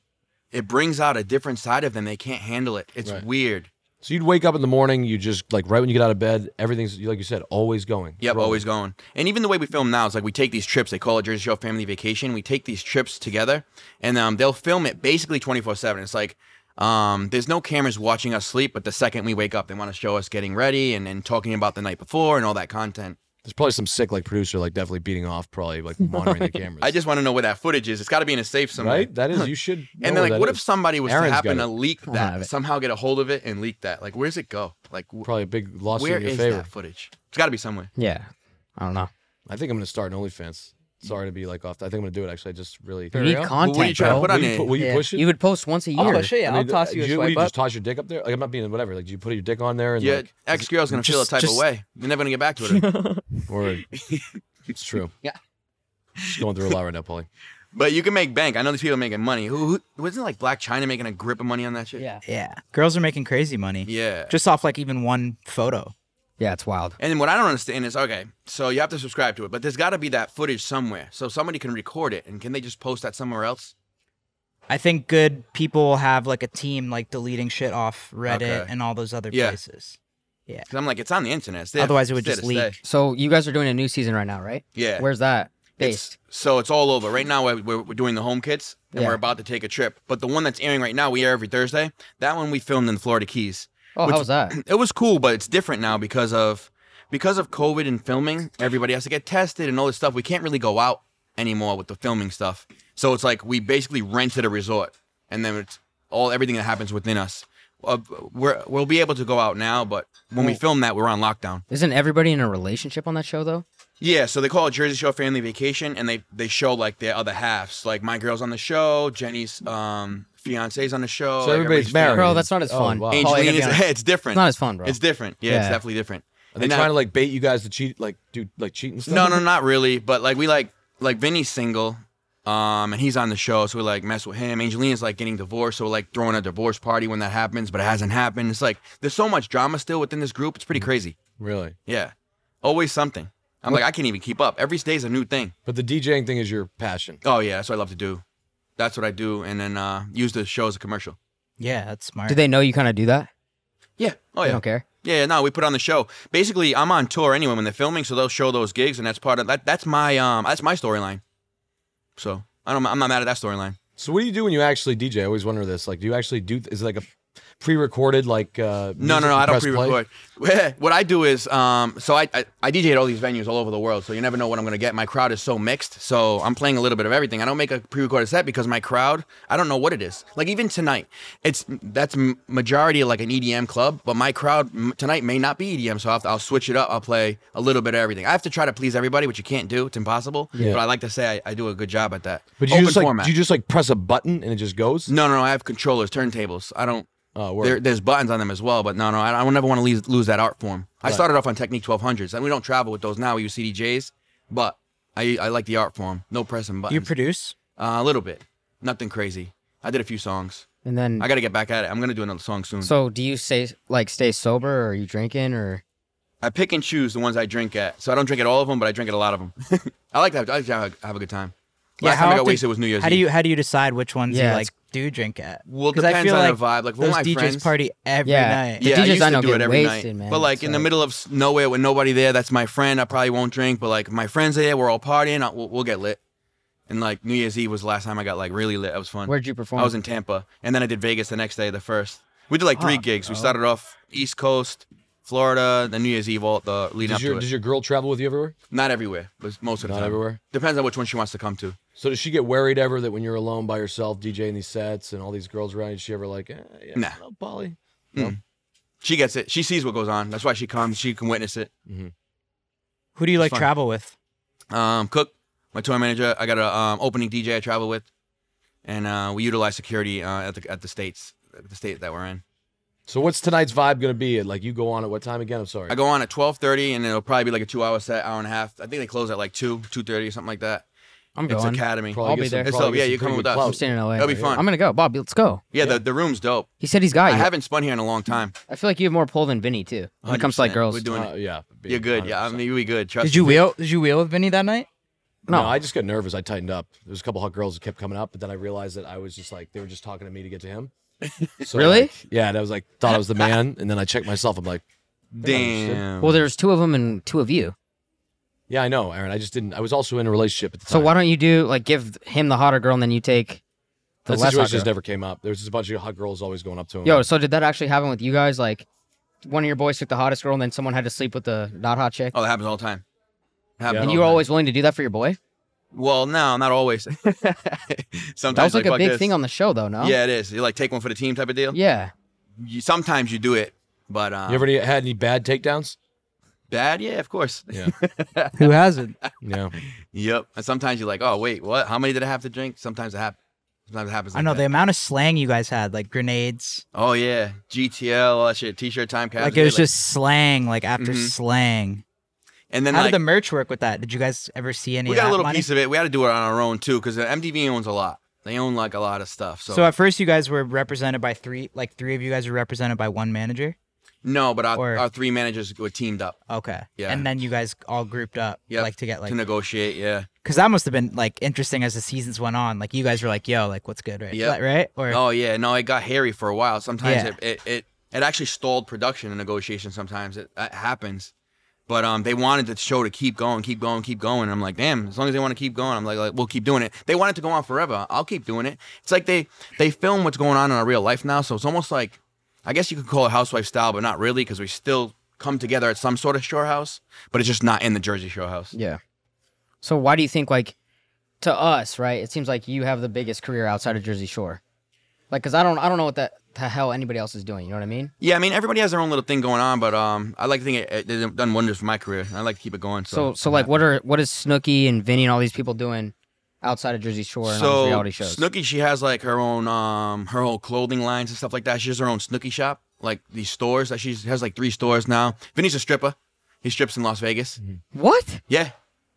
it brings out a different side of them they can't handle it it's Right. weird so you'd wake up in the morning, you just like right when you get out of bed, everything's like you said, always going. yep Rolling. always going and even the way we film now is like we take these trips they call it jersey show family vacation we take these trips together and um, they'll film it basically 24-7 it's like um, there's no cameras watching us sleep but the second we wake up they want to show us getting ready and, and talking about the night before and all that content There's probably some sick like producer like definitely beating off, probably like monitoring the cameras. i just want to know where that footage is it's got to be in a safe somewhere right. That is you should. and know then, like, that what is. if somebody was Aaron's to got happen it. to leak have that? it. Somehow get a hold of it and leak that. Like, where's it go? Like, wh- probably a big lawsuit Where in your is favor? that footage? It's got to be somewhere. Yeah. I don't know. I think I'm gonna start an OnlyFans. Sorry to be like off. I think I'm gonna do it. Actually, I just really. For You need real? content, What are you trying bro. to put Will on you, it? put- will you Yeah. push it? You would post once a year. I'll push it. I Yeah, mean, I'll toss you uh, a do what, swipe you up. just toss your dick up there. Like I'm not being whatever. Like do you put your dick on there and Your like ex girl's gonna feel a just- type just- of way. They're never gonna get back to it. or it's true. Yeah. She's going through a lot right now, Polly. but you can make bank. I know these people are making money. Who, who wasn't like Black China making a grip of money on that shit? Yeah. Yeah, girls are making crazy money Yeah. just off like even one photo. Yeah, it's wild. and then what I don't understand is okay, so you have to subscribe to it, but there's got to be that footage somewhere, so somebody can record it, and can they just post that somewhere else? I think good people have like a team like deleting shit off Reddit Okay. and all those other Yeah. places. Because I'm like, it's on the internet. It's there. Otherwise, it It's would there just to stay. leak. So you guys are doing a new season right now, right? Yeah. Where's that based? It's, so it's all over. Right now, we're, we're we're doing the home kits, and Yeah. we're about to take a trip. But the one that's airing right now, we air every Thursday. That one we filmed in the Florida Keys. oh, which- how's that? it was cool, but it's different now because of because of COVID and filming. Everybody has to get tested and all this stuff. We can't really go out anymore with the filming stuff. So it's like we basically rented a resort, and then it's all everything that happens within us. Uh, we're, we'll be able to go out now, but when we film that, we're on lockdown. Isn't everybody in a relationship on that show though? Yeah, so they call it Jersey Shore Family Vacation, and they they show like their other halves. Like my girl's on the show, Jenny's um fiance's on the show. So like, everybody's married. Bro, that's not as Oh, fun. wow. Paul, I gotta be Angelina's, honest. it's different. It's not as fun, bro. It's different. Yeah, it's Yeah. definitely different. Are they And trying I- to like bait you guys to cheat, like do like cheating stuff? No, no, not really. But like we like like Vinny's single, um, and he's on the show, so we like mess with him. Angelina's like getting divorced, so we're like throwing a divorce party when that happens, but it hasn't happened. It's like there's so much drama still within this group. It's pretty crazy. really. Yeah, always something. I'm like I can't even keep up. Every day's a new thing. But the DJing thing is your passion. Oh yeah, that's what I love to do. That's what I do, and then uh, use the show as a commercial. Yeah, that's smart. Do they know you kind of do that? Yeah. Oh They yeah. don't care. Yeah, yeah, no, we put on the show. Basically, I'm on tour anyway when they're filming, so they'll show those gigs, and that's part of that. That's my um, that's my storyline. So I don't, I'm not mad at that storyline. So what do you do when you actually DJ? I always wonder this. Like, do you actually do? Is it like a pre-recorded like? Uh, music No, no, no, you I don't press play? pre-record. what I do is, um, so I, I I DJ at all these venues all over the world, so you never know what I'm gonna get. My crowd is so mixed, so I'm playing a little bit of everything. I don't make a pre-recorded set because my crowd, I don't know what it is. Like even tonight, it's that's m- majority like an EDM club, but my crowd m- tonight may not be EDM, so I'll, have to- I'll switch it up. I'll play a little bit of everything. I have to try to please everybody, which you can't do. It's impossible. But I like to say I, I do a good job at that. But you Open just like format. do you just like press a button and it just goes? No, no, no. I have controllers, turntables. I don't. Oh, word. there, there's buttons on them as well, but no, no. I, I don't ever want to lose, lose that art form. I started off on Technique 1200s, and we don't travel with those now. We use CDJs, but I, I like the art form. No pressing you buttons. produce? uh, a little bit. Nothing crazy. I did a few songs. And then I got to get back at it. I'm gonna do another song soon. so do you say like stay sober or are you drinking or I pick and choose the ones I drink at. So I don't drink at all of them, but I drink at a lot of them. I like to have, I like to have, a- have a good time. Last how time I got often- wasted was New Year's How do Eve. you how do you decide which ones Yeah, you it's like do drink at? Well, 'Cause I depends feel on like the vibe. Like, one those of my DJs friends- party every Yeah. night. The Yeah, I DJs used I to know do it get every night. wasted, man. But like It's in the like- middle of s- nowhere with nobody there, that's my friend. I probably won't drink, but like my friends are there, we're all partying. I, we'll, we'll get lit. And like New Year's Eve was the last time I got like really lit. That was fun. Where'd you perform? I was in Tampa, and then I did Vegas the next day, the first. We did like three Oh, gigs. We started off East Coast, Florida, then New Year's Eve, all the leading Does up your, to does it. your girl travel with you everywhere? Not everywhere, but most of the Not time. everywhere? Depends on which one she wants to come to. So does she get worried ever that when you're alone by yourself DJing these sets and all these girls around, you, is she ever like, eh, yeah, Nah. no, Polly? She gets it. She sees what goes on. That's why she comes. She can witness it. Who do you like fun. travel with? Um, Cook, my tour manager. I got a um, opening DJ I travel with, and uh, we utilize security uh, at the at the states at the state that we're in. So what's tonight's vibe gonna be? Like you go on at what time again? I'm sorry. I go on at twelve thirty, and it'll probably be like a two hour set, hour and a half. I think they close at like two two thirty something like that. I'm It's going. Academy. Probably I'll get be some- there. It's probably up- get yeah, some you come pretty with good us. clout. I'm staying in LA. That'll be fun. I'm gonna go, Bobby. Let's go. Yeah, The, the room's dope. He said he's got I you. haven't spun here in a long time. I feel like you have more pull than Vinny too. When it comes to like 100%. girls, we're doing Uh, it. yeah, You're good. Yeah, I 100%. mean, we good. Trust Did you me. wheel? Did you wheel with Vinny that night? No, I just got nervous. I tightened up. There's a couple hot girls that kept coming up, but then I realized that I was just like they were just talking to me to get to him. So, Really? like, yeah, and I was like thought I was the man, and then I checked myself. I'm like, Damn. well, there's two of them and two of you. yeah, I know, Aaron. I just didn't. I was also in a relationship at the So time. why don't you do like give him the hotter girl and then you take that the less hot situation just girl? never came up. There was just a bunch of hot girls always going up to him. Yo, so did that actually happen with you guys? Like one of your boys took the hottest girl and then someone had to sleep with the not hot chick, oh, that happens all the time. It happens Yeah. all and the you were time. always willing to do that for your boy. Well, no, not always. Sometimes That was like a fuck big this. thing on the show though. No. Yeah, it is. You like take one for the team type of deal. Yeah. You, sometimes you do it, but um, you ever had any bad takedowns? bad? Yeah, of course. Yeah, Who hasn't? yeah. yep. And sometimes you're like, oh wait, what? How many did I have to drink? Sometimes it happens. Sometimes it happens. I like know that. the amount of slang you guys had, like grenades. Oh yeah, GTL, all that shit. T-shirt time. Cavs, like yeah, it was just slang, like after Mhm. slang. And then How like, did the merch work with that? Did you guys ever see any? we of got a that little money? piece of it. We had to do it on our own too, because MTV owns a lot. They own like a lot of stuff. So, So at first, you guys were represented by three. Like three of you guys were represented by one manager. no, but our, or- our three managers were teamed up Okay. Yeah. And then you guys all grouped up, Yep. like to get like, to negotiate. Yeah. because that must have been like interesting as the seasons went on. Like you guys were like, "Yo, like what's good, right? Yep. Like, right?" Or Oh yeah, no, it got hairy for a while. Sometimes Yeah. it, it it it actually stalled production and negotiation. Sometimes it, it happens, but um, they wanted the show to keep going, keep going, keep going. I'm like, damn, as long as they want to keep going, I'm like, like we'll keep doing it. They want it to go on forever. I'll keep doing it. It's like they they film what's going on in our real life now, so it's almost like I guess you could call it housewife style, but not really because we still come together at some sort of shore house, but it's just not in the Jersey Shore house. Yeah. So why do you think like to us, right? It seems like you have the biggest career outside of Jersey Shore. Like cuz I don't I don't know what that the hell anybody else is doing, you know what I mean? Yeah, I mean everybody has their own little thing going on, but um, I like to think it, it done wonders for my career. and I like to keep it going. So so like what are what is Snooki and Vinny and all these people doing outside of Jersey Shore and all these reality shows? Snooki, she has like her own um her whole clothing lines and stuff like that. She has her own Snooki shop, like these stores. That she has like three stores now. Vinny's a stripper. He strips in Las Vegas. Mm-hmm. what? Yeah.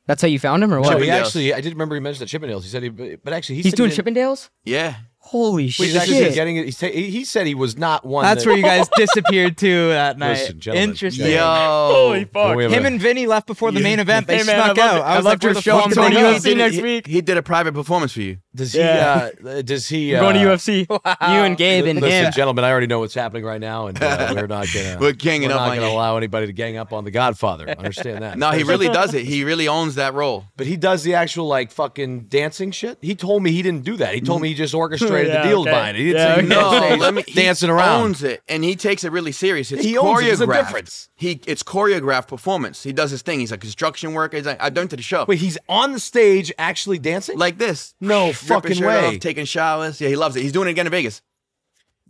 That's how you found him or what? No, he Chippendales. actually, I did remember he mentioned that Chippendales. He said he, but actually, he He's said doing he didn't- Chippendales? Yeah. Holy He's shit. actually getting it. He, said- he said he was not one. that's that, where you guys disappeared to that night. Listen, gentlemen, interesting. gentlemen. Yo. Don't we have Him a- and Vinny left before the main event. They Hey, man, I snuck love out. it. I I was love like, "Where your the show. fuck I'm did going he to go?" UFC next week. He did a private performance for you. Does he? Uh, does he? We're going uh, to UFC. You and Gabe and Listen, him. gentlemen, I already know what's happening right now, and uh, we're not gonna We're ganging we're up not on gonna you. allow anybody to gang up on the Godfather. Understand that? No, he really does it. He really owns that role. but he does the actual like fucking dancing shit. He told me he didn't do that. He told me he just orchestrated Yeah, the deals okay. behind it. He didn't Yeah, say okay. he was on No, stage let me, he dancing around. owns it, and he takes it really serious. It's He owns it. choreographed. There's a difference. He it's choreographed performance. He does his thing. He's a construction worker. He's like, I've done to the show. Wait, he's on the stage actually dancing? like this. No Ripping fucking shirt way. off, taking showers. Yeah, he loves it. He's doing it again in Vegas.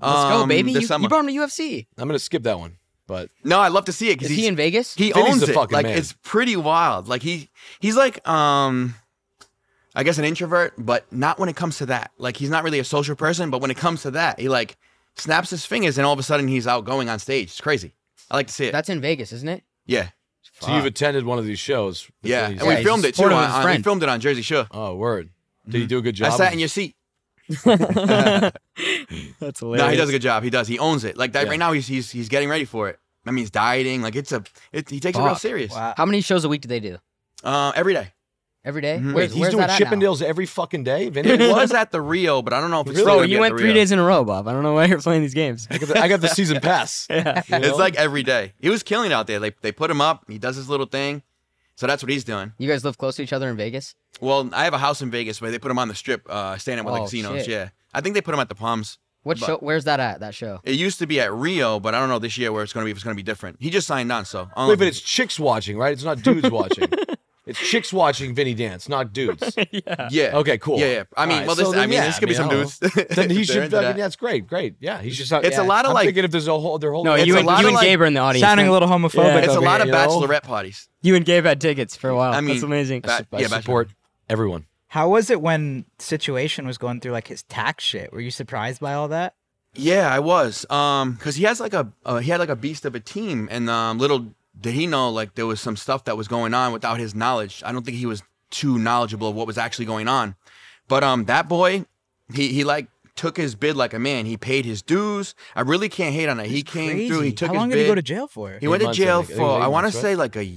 Let's go, Um, baby. You, this you summer. brought him to UFC. I'm gonna skip that one. But no, I love to see it because Is he in Vegas? He Vinny's owns the it. fucking like man. it's pretty wild. Like he he's like um, I guess an introvert, but not when it comes to that. Like he's not really a social person, but when it comes to that, he like snaps his fingers and all of a sudden he's outgoing on stage. It's crazy. I like to see it. That's in Vegas, isn't it? yeah, so you've attended one of these shows? with yeah. Vinny's- And we he's filmed it too. On, supportive of his on, we friend. filmed it on Jersey Shore. Oh, word. Did he do a good Mm-hmm. I job? sat in your seat. That's No, he hilarious. does a good job. He does. He owns it. Like that, Yeah. right now, he's he's he's getting ready for it. I mean, he's dieting. Like it's a. It, he takes it real Fuck. serious. Wow. How many shows a week do they do? Uh, every day. every day? Wait, Where's- he's where's doing that at now? Chippendales every fucking day. Vinny? It was at the Rio, but I don't know if it's still Bro, gonna Oh, be you at went the three Rio. days in a row, Bob. I don't know why you're playing these games. I got the- I got the season pass. It's like every day. He was killing out there. They they put him up. He does his little thing. So that's what he's doing. You guys live close to each other in Vegas? Well, I have a house in Vegas, but they put him on the strip, uh, staying at one Oh, of the casinos. shit. Yeah, I think they put him at the Palms. What But- show? Where's that at? That show? It used to be at Rio, but I don't know this year where it's gonna be. If it's gonna be different. He just signed on, so I don't know Wait, if but he's- it's chicks watching, right? It's not dudes watching. It's chicks watching Vinny dance, not dudes. yeah. Okay, cool. Yeah, yeah. I mean, All right, well, this, so I then, mean, yeah, this could I mean, be I'll- some dudes. Then he They're should. into I mean, that. that's great. Great. Yeah, he should. It's a lot of I'm like- thinking if there's a whole, their whole. No, life- you a and, lot you of and like- Gabe are in the audience. Sounding a man. little homophobic. Yeah, It's a over lot here, of you know? bachelorette parties. You and Gabe had tickets for a while. I mean, That's amazing. that- I yeah, bachelor. support everyone. How was it when situation was going through like his tax shit? Were you surprised by all that? Yeah, I was. Um, because he has like a uh, he had like a beast of a team, and um, little did he know like there was some stuff that was going on without his knowledge. I don't think he was too knowledgeable of what was actually going on. But um, that boy, he he like took his bid like a man. He paid his dues. I really can't hate on it. He came through. He Crazy. took How his long bid. did he go to jail for? He went to months, I jail think. I think it was for eight I want to months, right? say like a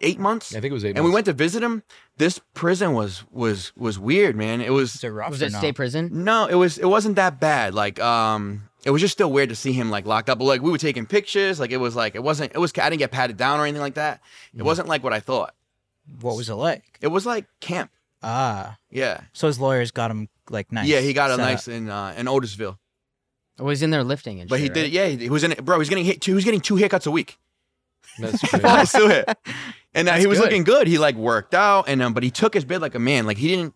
eight months. I think it was eight And we months. went to visit him. This prison was was was weird, man. It was Is it rough Was or it no? state prison? no, it was it wasn't that bad. Like um it was just still weird to see him like locked up. But like we were taking pictures, like it was like it wasn't it was I didn't get patted down or anything like that. Mm. It wasn't like what I thought. What was it like? It was like camp. Ah, Yeah. so his lawyers got him like nice. Yeah, he got a set up. nice in uh in Otisville. I was in there lifting and But shit. he did right? it. Yeah, he was in it. Bro, he's getting hit two, he was getting two haircuts a week. That's I crazy. still hit. And uh, he was good. looking good. He like worked out and um but he took his bid like a man. Like he didn't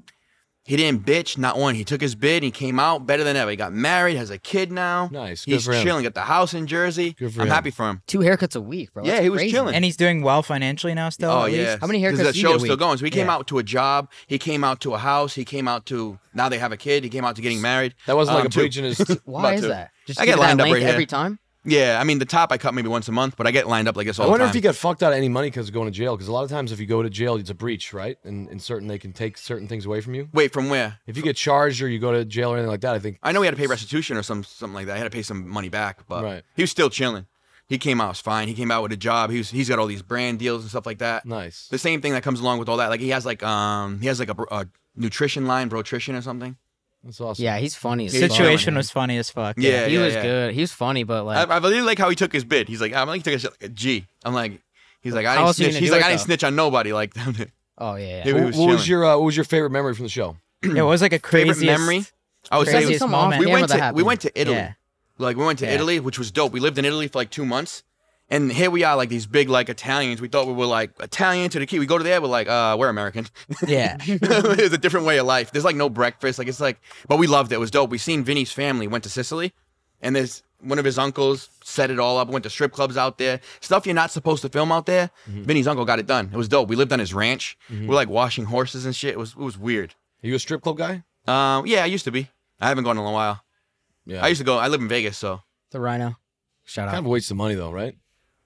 he didn't bitch, not one. He took his bid and he came out better than ever. He got married, has a kid now. Nice. Good He's for him. chilling at the house in Jersey. Good for I'm him. happy for him. Two haircuts a week, bro. Yeah, That's he was crazy. chilling. And he's doing well financially now, still. Oh at yeah, least? How many 'Cause haircuts The do you get a show's still week? going. So he came Yeah. out to a job. He came out to a house. He came out to now they have a kid. He came out to getting married. That wasn't like Um, a two. breach in his. About Why is two. that? Just I get keep it that lined up length right here. every time. Yeah, I mean the top I cut maybe once a month, but I get lined up like this all I wonder the if he time. got fucked out of any money because of going to jail. Because a lot of times, if you go to jail, it's a breach, right? And, and certain they can take certain things away from you. Wait, from where? If you get charged or you go to jail or anything like that, I think I know he had to pay restitution or some something like that. I had to pay some money back, but Right. he was still chilling. He came out it was fine. He came out with a job. He was he's got all these brand deals and stuff like that. nice. The same thing that comes along with all that. Like he has like um he has like a, br- a nutrition line, brotrition or something. That's awesome. Yeah, he's funny. as He's fuck, Situation man. was funny as fuck. Yeah, He yeah, was yeah. good. He was funny, but like, I, I really like how he took his bid. He's like, I'm like, he took a shit like a G. I'm like, he's like, How I didn't else you snitch. gonna He's do like, it, I didn't though? snitch on nobody. Like, favorite oh yeah, He yeah. Wh- was What, was chilling. your uh, What was your favorite memory from the show? It was like a craziest memory. I would say craziest was, Some off moment. we camera went that to we happened. went to Italy. Yeah. Like we went to Yeah. Italy, which was dope. We lived in Italy for like two months, and here we are, like these big like Italians. We thought we were like Italian to the key. We go to there, we're like, uh, we're American. Yeah. it's a different way of life. There's like no breakfast. Like it's like, but we loved it. It was dope. We seen Vinny's family went to Sicily, and there's one of his uncles set it all up. Went to strip clubs out there. Stuff you're not supposed to film out there. Vinny's uncle got it done. It was dope. We lived on his ranch. We're like washing horses and shit. It was it was weird. Are you a strip club guy? Um, yeah, I used to be. I haven't gone in a while. Yeah. I used to go. I live in Vegas, so The Rhino. Shout kind out. of a waste of money though, right?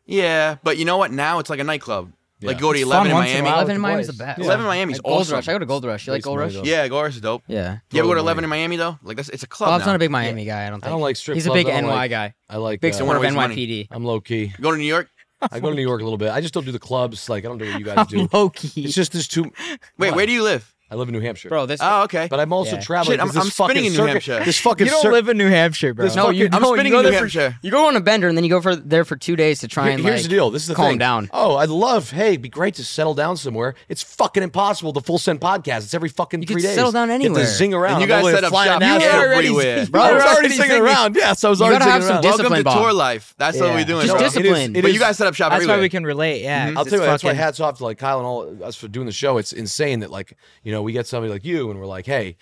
yeah. But you know what? Now it's like a nightclub. Like Yeah. you go to It's eleven fun in once in a Miami. while. Eleven in the Miami's the boys. best. Yeah. 11 in Miami's Like Gold awesome. Rush. I go to Gold Rush. You like Waste Gold money, Rush? though. Yeah, Gold Rush is dope. Yeah. You ever go to Totally. eleven in Miami though? Like that's it's a club Bob's now. not a big Miami guy. I don't think. I don't like strip He's a clubs. big I don't NY like- guy. I like. Big uh, wanna supporter of waste money. NYPD. I'm low key. You go to New York. I go to New York a little bit. I just don't do the clubs. Like I don't do what you guys do. Low key. It's just there's too. Wait, where do you live? I live in New Hampshire, Bro, this. Oh, okay. But I'm also Yeah. traveling. Shit, I'm- 'cause this I'm spinning fucking in New circuit- Hampshire. This fucking You don't cir- live in New Hampshire, bro. This fucking- you I'm don't. spinning you go in New there for- Hampshire. you go on a bender and then you go for there for two days to try Here- and here's like, the deal. This is the calm thing. down. Oh, I love. Hey, it'd be great to settle down somewhere. It's fucking impossible. The full send podcast. It's every fucking could three days. settle down You have to anywhere. zing around. And you I'm guys always set up flying shop down You there. already- everywhere. Bro, I was You're already already singing singing. around. Yes, I was already gotta singing have some around. dis- Welcome to Discipline bomb. tour life. That's what Yeah. we're doing. Just bro. discipline. It is, it But is- you guys set up shop That's why everywhere. we can relate. Yeah. I'll it's tell you, what, that's why fucking- hats off to like Kyle and all us for doing the show. It's insane that like you know we get somebody like you and we're like, hey,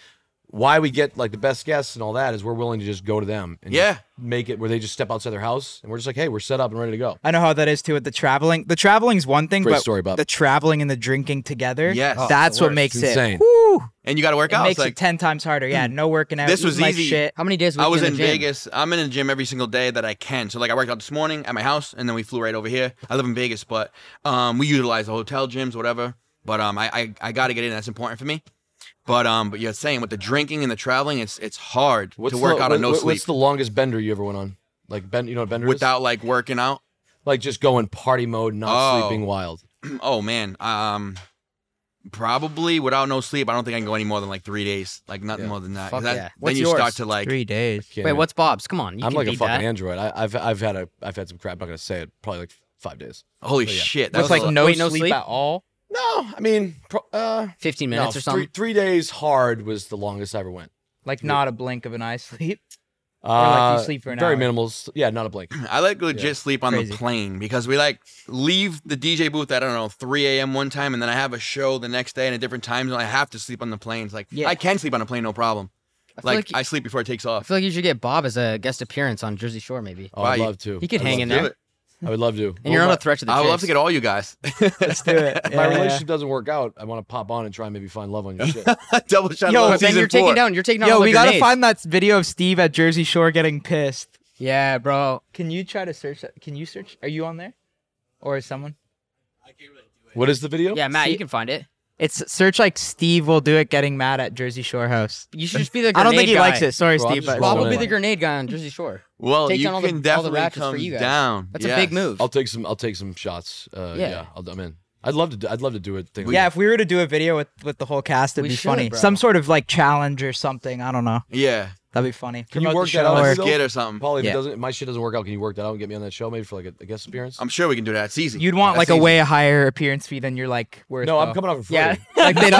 why we get like the best guests and all that is we're willing to just go to them and Yeah. just make it where they just step outside their house and we're just like, hey, we're set up and ready to go. I know how that is too with the traveling. The traveling's one thing, Great but story, Bob. the traveling and the drinking together, Yes. Oh, that's the what worst. makes It's it. insane. whew, and you got to work it out. makes It's like, it ten times harder. Yeah, no working out. This was eating like easy. shit. How many days? a I week was you in the gym? Vegas. I'm in the gym every single day that I can. So like I worked out this morning at my house, and then we flew right over here. I live in Vegas, but um, we utilize the hotel gyms, whatever. But um, I I, I got to get in. That's important for me. But um, but you're saying with the drinking and the traveling, it's it's hard to work the, out on no what- sleep What's the longest bender you ever went on? Like bend, you know what bender is? without like working out. like just going party mode, not Oh. sleeping wild. oh man, um, probably without no sleep, I don't think I can go any more than like three days. Like nothing more than that. Fuck 'Cause that- yeah. Then What's you yours? start to like Three days. Can't Wait, even- what's Bob's? Come on, you I'm can like a beat fucking that. android. I, I've I've had a I've had some crap. I'm not gonna say it. Probably like five days. holy Oh, Yeah. shit. That's That's like a- no, Wait, no sleep, sleep? at all. No, I mean, pro- uh, Fifteen no, minutes or something. three three days hard was the longest I ever went. Like not a blink of an eye sleep. Uh, like you sleep for an very hour. minimal. s- Yeah, not a blink. Oh, I like legit Yeah. sleep on Crazy. the plane because we like leave the DJ booth at I don't know 3 a.m. one time and then I have a show the next day in a different time zone. I have to sleep on the planes. Like Yeah. I can sleep on a plane, no problem. feel Like, like you- I sleep before it takes I off. feel like you should get Bob as a guest appearance on Jersey Shore, maybe. Oh, Wow, I'd you- love to. He could I'd hang love in to. there, and I would love to. you're on my- a threat to the. I would love chicks. to get all you guys. Let's do it. If my relationship doesn't work out, I want to pop on and try and maybe find love on your shit. Double shot. Yo, love but then season you're taking four. down. You're taking down. Yo, all the we gotta grenades. find that video of Steve at Jersey Shore getting pissed. Yeah, bro. Can you try to search that? Can you search? Are you on there? Or is someone? what is the video? Yeah, Matt, you can find it. It's search like Steve will do it getting mad at Jersey Shore host. You should just be the. I Grenade don't think he guy. likes it. Sorry, Bro, I'm Steve. just But Bob will Well, be the grenade guy on Jersey Shore. Well, Take Oh, you down all the- can all the definitely ratchets for come you guys. down. That's a big move. I'll take some. I'll take some shots. Uh, yeah, Yeah. I'll, I'm in. I'd love to. Do, I'd love to do it. Thing Yeah, if we were to do a video with with the whole cast, it'd We be should, funny. bro. Some sort of like challenge or something. I don't know. Yeah, That'd be funny. Can you Promote the work that show out? or- Though- skit or something. Probably if Yeah. it doesn't. If my shit doesn't work out, can you work that out and get me on that show maybe for like a, a guest appearance? I'm sure we can do that. It's easy. You'd want That's like a easy. way higher appearance fee than you're like worth. no, I'm though. coming off for free. Yeah. Like they'd,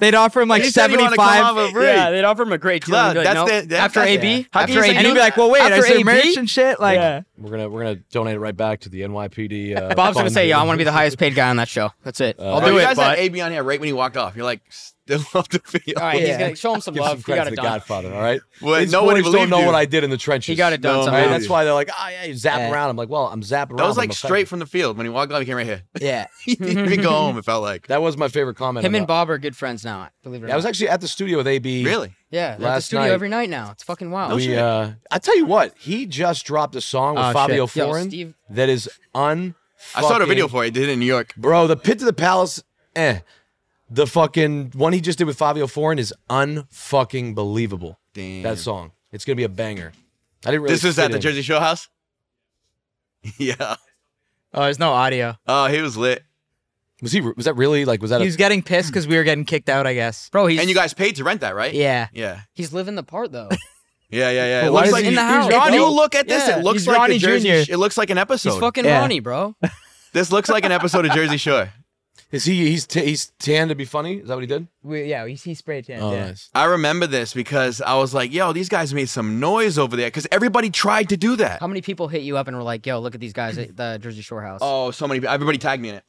they'd offer him like He said he seventy wanted to come five. off a break. Yeah, they'd offer him a great deal. Cloud, and he'd be like, that's "Nope." the- that's- after that's- AB, yeah. How can after you say AB, And he'd be like, "Well, wait, I After serve AB? merch and shit." Like, We're gonna we're gonna donate it right back to the NYPD. Uh, Bob's gonna fund. say, "Yo, I want to be the highest paid guy on that show." That's it. I'll Oh, do you it, guys had but AB on here right when he walked off. You're like still off the field. all right, he's Yeah. gonna show him some Give love. some He credit got to it the done. Godfather, all right? Well, These nobody boys don't believed know you. what I did in the trenches. He got it done No, All right, somehow. man. that's why they're like, ah, yeah, you zap Yeah. around. I'm like, well, I'm zapping around. That was I'm like effective. straight from the field. When he walked off, he came right here. yeah. he didn't even go home. It felt like. That was my favorite comment. Him on and that. Bob are good friends now. Believe it or I was not. actually at the studio with AB. Really? Yeah, they're at the last studio night- every night now. It's fucking wild. We, uh, I tell you what, he just dropped a song with Oh, shit. Fabio Yo, Foreign Steve- that is un. I saw the video for it. He did it in New York. Bro, the pit to the palace, eh. The fucking one he just did with Fabio Foreign is unfucking believable. Damn. That song. It's gonna be a banger. I didn't really This was at fit the in. Jersey Shore house. yeah. Oh, there's no audio. Oh, he was lit. Was he was that really like was that He a was getting pissed because we were getting kicked out. I guess. Bro, he's And you guys paid to rent that, right? Yeah. Yeah. he's living the part though. Yeah. Yeah. Yeah. It why looks does like he- In the house, Ron, bro. you look at this. Yeah, It looks he's like Ronnie the Jersey. Jr.. Sh- It looks like an episode. He's fucking Yeah. Ronnie, bro. this looks like an episode of Jersey Shore. Is he he's t- he's tan to be funny? Is that what he did? We, yeah, he, he sprayed him. Oh, yeah. nice. I remember this because I was like, "Yo, these guys made some noise over there," because everybody tried to do that. How many people hit you up and were like, "Yo, look at these guys at the Jersey Shore house." Oh, so many. Everybody tagged me in it.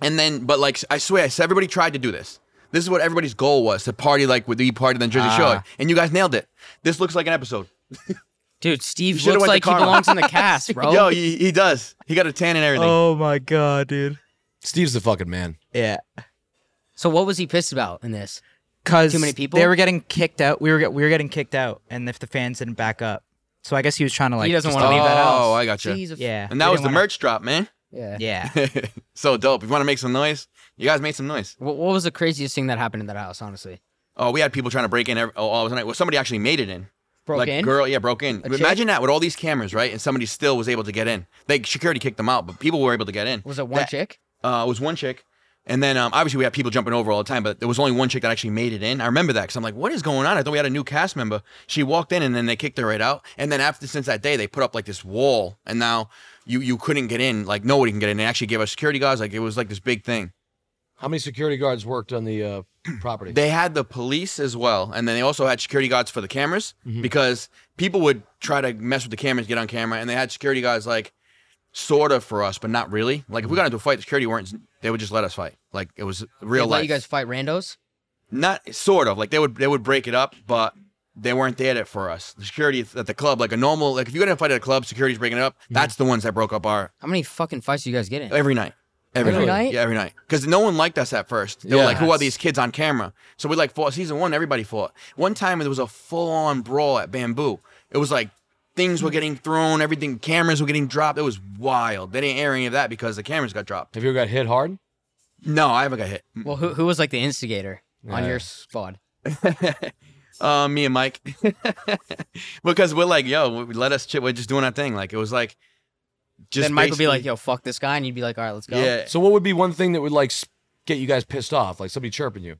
And then, but like, I swear, I said everybody tried to do this. This is what everybody's goal was to party like with the party than Jersey Ah. Shore, and you guys nailed it. This looks like an episode. Dude, Steve should've looks went to like he Karma. belongs in the cast, bro. Yo, he, he does. He got a tan and everything. Oh my god, dude. Steve's the fucking man. Yeah. so what was he pissed about in this? Cause Too many people? They were getting kicked out. We were get, we were getting kicked out, and if the fans didn't back up, so I guess he was trying to like. he doesn't just- want to leave that house. Oh, I gotcha. See, he's a f- Yeah. and that we was the didn't wanna- merch drop, man. yeah. Yeah. so dope. If you want to make some noise, you guys made some noise. What, what was the craziest thing that happened in that house? Honestly, Oh, we had people trying to break in every, oh, all night. Well, somebody actually made it in. broke like in. girl, yeah, broke in. A Imagine that with all these cameras, right? And somebody still was able to get in. They security kicked them out, but people were able to get in. was it one That- chick? Uh, it was one chick. And then um, obviously we had people jumping over all the time, but there was only one chick that actually made it in. I remember that because I'm like, what is going on? I thought we had a new cast member. She walked in and then they kicked her right out. And then after since that day, they put up like this wall, and now you you couldn't get in. Like nobody can get in. They actually gave us security guards. Like it was like this big thing. How many security guards worked on the uh, property? They had the police as well, and then they also had security guards for the cameras Mm-hmm. because people would try to mess with the cameras, get on camera, and they had security guards like sort of for us, but not really. Like Mm-hmm. if we got into a fight, the security weren't. They would just let us fight. Like it was They real let life. you guys fight randos. not sort of like they would they would break it up, but they weren't there it for us. The security at the club, like a normal, like if you got in a fight at a club, security's breaking it up. Mhm. That's the ones that broke up our How many fucking fights do you guys get in? every night. Every, Every night. night? yeah, every night. Because no one liked us at first. They were Yeah. like, "Who are these kids on camera?" So we like fought season one. Everybody fought. One time there was a full on brawl at Bamboo. It was like things were getting thrown, everything, cameras were getting dropped. It was wild. They didn't air any of that because the cameras got dropped. Have you ever got hit hard? No, I haven't got hit. Well, who, who was like the instigator on Yeah. your squad? uh, me and Mike, because we're like, yo, we- let us chit. We're just doing our thing. Like it was like, just then Mike would be like, basically- "Yo, fuck this guy," and you'd be like, "All right, let's go." yeah. So what would be one thing that would like s- get you guys pissed off? Like somebody chirping you.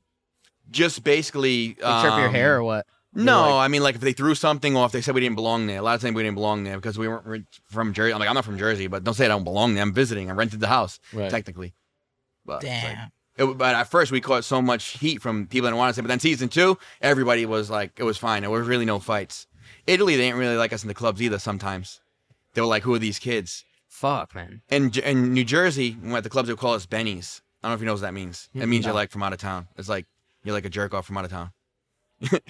Just basically Like, chirp your um, hair or what? No, I mean like if they threw something off, they said we didn't belong there. A lot of times we didn't belong there because we weren't re- from Jersey. I'm like I'm not from Jersey, but don't say I don't belong there. I'm visiting. I rented the house Right. technically. But it's like- Damn. it, but at first we caught so much heat from people that wanted to. But then season two, everybody was like, it was fine. There was really no fights. Italy, they didn't really like us in the clubs either. Sometimes they were like, who are these kids? Fuck, man. And J- in New Jersey, when we're at the clubs, they would call us Bennies. I don't know if you know what that means. It means you're like from out of town. It's like you're like a jerk off from out of town.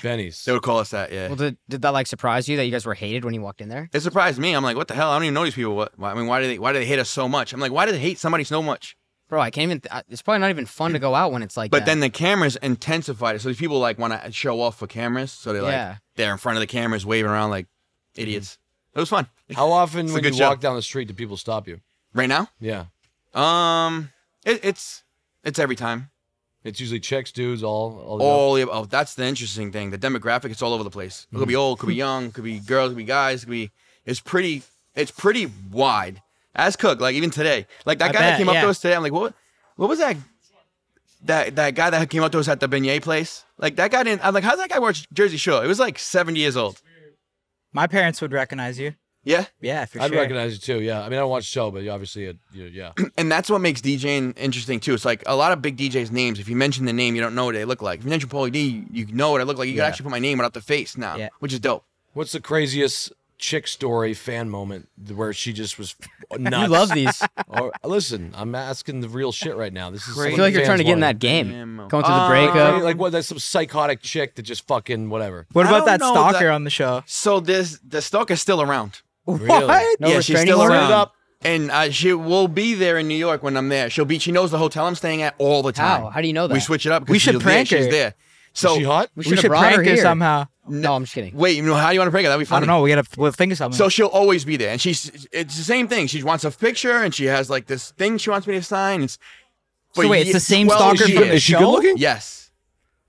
Benny's. They would call us that. Yeah. Well, did, did that like surprise you that you guys were hated when you walked in there? It surprised me. I'm like, what the hell? I don't even know these people. What? Why, I mean, why do they? Why do they hate us so much? I'm like, why do they hate somebody so much? Bro, I can't even. Th- I- it's probably not even fun to go out when it's like. But that. then the cameras intensified it. So these people like want to show off for cameras. So they like Yeah. they're in front of the cameras waving around like idiots. It was fun. How often It's a when you good show. walk down the street do people stop you? Right now, Yeah. um, it, it's it's every time. It's usually chicks, dudes, all all the All the- oh, that's the interesting thing. The demographic, it's all over the place. It Mm-hmm. could be old, could be young, could be girls, could be guys, could be. It's pretty. It's pretty wide. As Cook, like even today, like that I guy that bet, came up to yeah. us today. I'm like, what? What was that? That that guy that came up to us at the beignet place. Like that guy didn't. I'm like, how's that guy wear Jersey Shore? It was like 70 years old. My parents would recognize you. Yeah. Yeah, for I'd sure. recognize you too. Yeah. I mean, I don't watch the show, but you obviously, it, you, yeah. and that's what makes DJing interesting too. It's like a lot of big DJs' names. If you mention the name, you don't know what they look like. If you mention Paulie D, you know what I look like. You can actually put my name without the face now, Yeah. which is dope. What's the craziest chick story fan moment where she just was nuts? you love these. or, listen, I'm asking the real shit right now. This is I feel like you're trying to get in that game, going through the breakup. Like, like what? That's some psychotic chick that just fucking whatever. What I about don't that know stalker that- on the show? So this the stalker's still around. Really? No yeah, she's restraining still order? around. Straight up. And uh, she will be there in New York when I'm there. She'll be. She knows the hotel I'm staying at all the time. How? How do you know that? We switch it up. 'cause We should she's prank there, She's her. there. So Is she hot? We We should have should brought prank her her, here. somehow. No, I'm just kidding. wait, you know how do you want to prank her? That'd be I funny. don't know. We gotta we'll think of something. So she'll always be there, and she's it's the same thing. She wants a picture, and she has like this thing she wants me to sign. It's So for wait, it's ye- the same 12 stalker years. from the Is she show? good looking? Yes.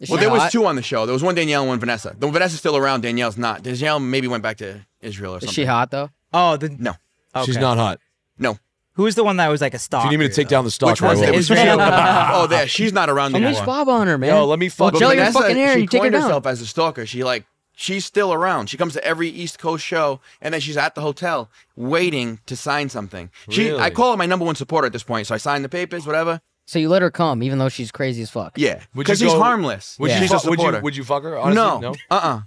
Is Well, she there was hot? two on the show. There was one Danielle and one Vanessa. The Vanessa's still around. Danielle's not. Danielle maybe went back to Israel or Is something. she hot though? Oh, the, No, okay. She's not hot. no. Who was the one that was like a If stalker? you need me to take though? down the stalker, Which one's I it? will. It was Vanessa. oh, there. She's not around Let me anymore. swab on her, man. Yo, let me fuck- Well, But gel your Vanessa, fucking hair she and take her coined down. herself as a stalker. She like she's still around. She comes to every East Coast show, and then she's at the hotel waiting to sign something. She, I Really? call her my number one supporter at this point. So I sign the papers, whatever. So you let her come, even though she's crazy as fuck. Yeah, Would because you he's go- harmless. Would, you she's a fuck, would, you, supporter. would you fuck her? Honestly, no, no. uh, uh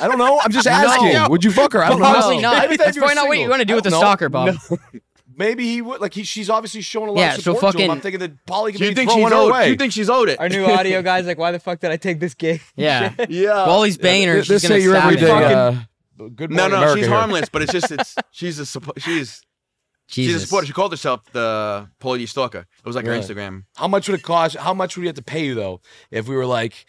I don't know. I'm just asking. Would you fuck her? I don't know. Probably not. Maybe if That's you were probably not what you single. want to do I with the don't know. stalker, Bob. Maybe he would. Like he, she's obviously showing a lot Yeah, of so support to him. fucking- I'm thinking that Polly could Do you be think throwing she's her owed? away. Do you think she's owed it? Our new audio guy's like, why the fuck did I take this gig? Yeah. yeah. While he's banging her, this she's gonna ain't your stab everyday. him. Uh, good morning, no, no, America she's here. harmless, but it's just it's she's a suppo- she's she's a Jesus. supporter. She called herself the Polly Stalker. It was like her Really? Instagram. How much would it cost? How much would we have to pay you though if we were like,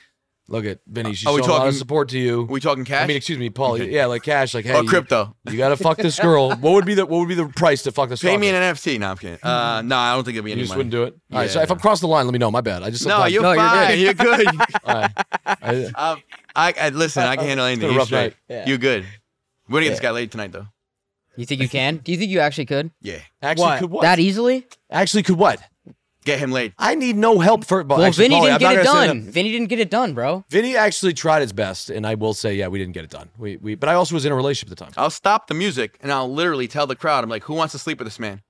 look at Vinny, she's Are we showing a lot of talking- support to you. Are we talking cash? I mean, excuse me, Paul. Yeah, like cash, like hey, or you- crypto. You, gotta fuck this girl. What would be the what would be the price to fuck this? Pay stalker? me an NFT. No, I'm kidding. Uh, no, I don't think it'd be You any just money. wouldn't do it. All right, so Yeah. if I'm crossed the line, let me know. My bad. I just No, sometimes- you're No, you're fine. You're good. All right. I- um, I, I listen. I can handle anything. been a You're rough straight. night. You're good. We're gonna get this guy laid tonight, though. You think you can? Do you think you actually could? Yeah, actually, What? could what? That easily? actually, could what? get him laid. I need no help for. Well, actually, Vinny Paulie, didn't I'm not get it gonna say done. that- Vinny didn't get it done, bro. Vinny actually tried his best, and I will say, yeah, we didn't get it done. We, we but I also was in a relationship at the time. I'll stop the music and I'll literally tell the crowd. I'm like, who wants to sleep with this man?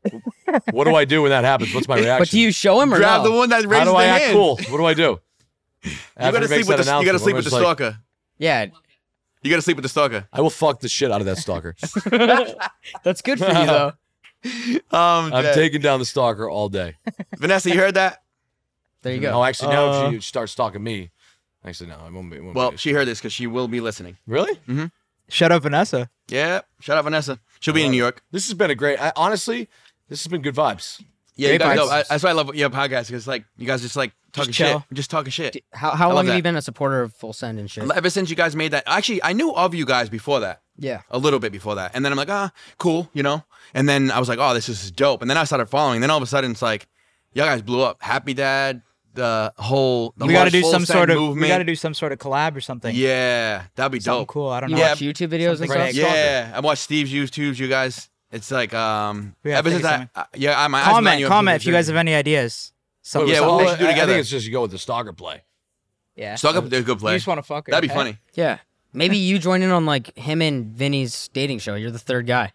what do I do when that happens? What's my reaction? But do you show him or Grab no? the one that How raises do I their act hand. cool? What do I do? You gotta sleep with the you gotta sleep with the stalker. Yeah, You gotta sleep with the stalker. I will fuck the shit out of that stalker. that's good for you though. Um, I'm yeah. taking down the stalker all day. Vanessa, you heard that? There you Oh, go. actually, now Uh, if she starts stalking me, actually, no, I won't be. it won't Well, be. she heard this because she will be listening. really? Shut up, Vanessa. Yeah, shout out Vanessa. She'll be in New York. This has been a great. I, honestly, this has been good vibes. Yeah, you Great guys, vibes. no, I, that's why I love your podcast because like you guys just like talking chill. shit, just talking shit. How how love long have that. you been a supporter of Full Send and shit? Ever since you guys made that, actually, I knew of you guys before that, Yeah. a little bit before that, and then I'm like, ah, cool, you know. And then I was like, oh, this is dope. And then I started following. Then all of a sudden, it's like, y'all guys blew up. Happy Dad, the whole the we gotta whole do full some send sort of movement. we gotta do some sort of collab or something. Yeah, that'd be Something dope. cool. I don't You know. Yeah. watch YouTube videos and Something stuff? like- Yeah, I watched Steve's YouTube's. You guys, it's like um. Yeah, ever I since think I, it's I- yeah, I, my eyes been on Comment, you comment if you guys Jersey. have any ideas. Some, Yeah, well, uh, I- they should do I- I together. think it's just you go with the stalker play. Yeah. Stuck up there's a good play. you just want to fuck it. That'd be okay? funny. Yeah. Maybe you join in on like him and Vinny's dating show. You're the third guy.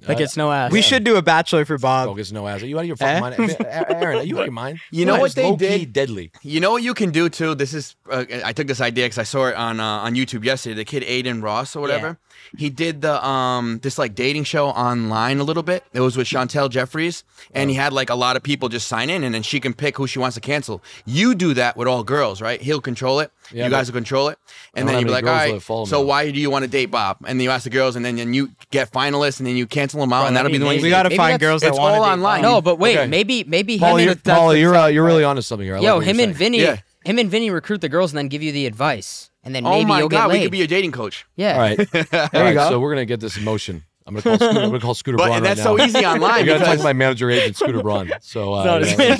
That gets no ass. We should do a bachelor for Bob. Focus no ass. Are you out of your fucking Eh? mind? I mean, A- Aaron, are you out of your mind? Uh, You know Relax, what they low-key did? Deadly. You know what you can do too. This is uh, I took this idea because I saw it on uh, on YouTube yesterday. The kid Aiden Ross or whatever, he did the um this like dating show online a little bit. It was with Chantel Jeffries, and Oh. he had like a lot of people just sign in, and then she can pick who she wants to cancel. You do that with all girls, right? He'll control it. Yeah, you but- guys will control it, and I then don't you'd be have like, any all girls right. that follow me So now." why do you want to date Bob? And then you ask the girls, and then and you get finalists, and then you cancel them out, and that'll be the one. We gotta Maybe find that's- girls that It's want all online. No, but wait. Okay. Maybe maybe Paul, him you're, and that's Paul, the you're, uh, exact- you're really onto something here. I like Yo, what you're him and saying. Vinny. Yeah. Him and Vinny recruit the girls and then give you the advice, and then Oh maybe my you'll get god, we could laid. be a dating coach. yeah. All right. All right, go. So we're gonna get this in motion. I'm gonna call Scooter, I'm gonna call Scooter But Braun that's right so now. easy online I gotta talk because to my manager agent, Scooter Braun. So uh, yeah.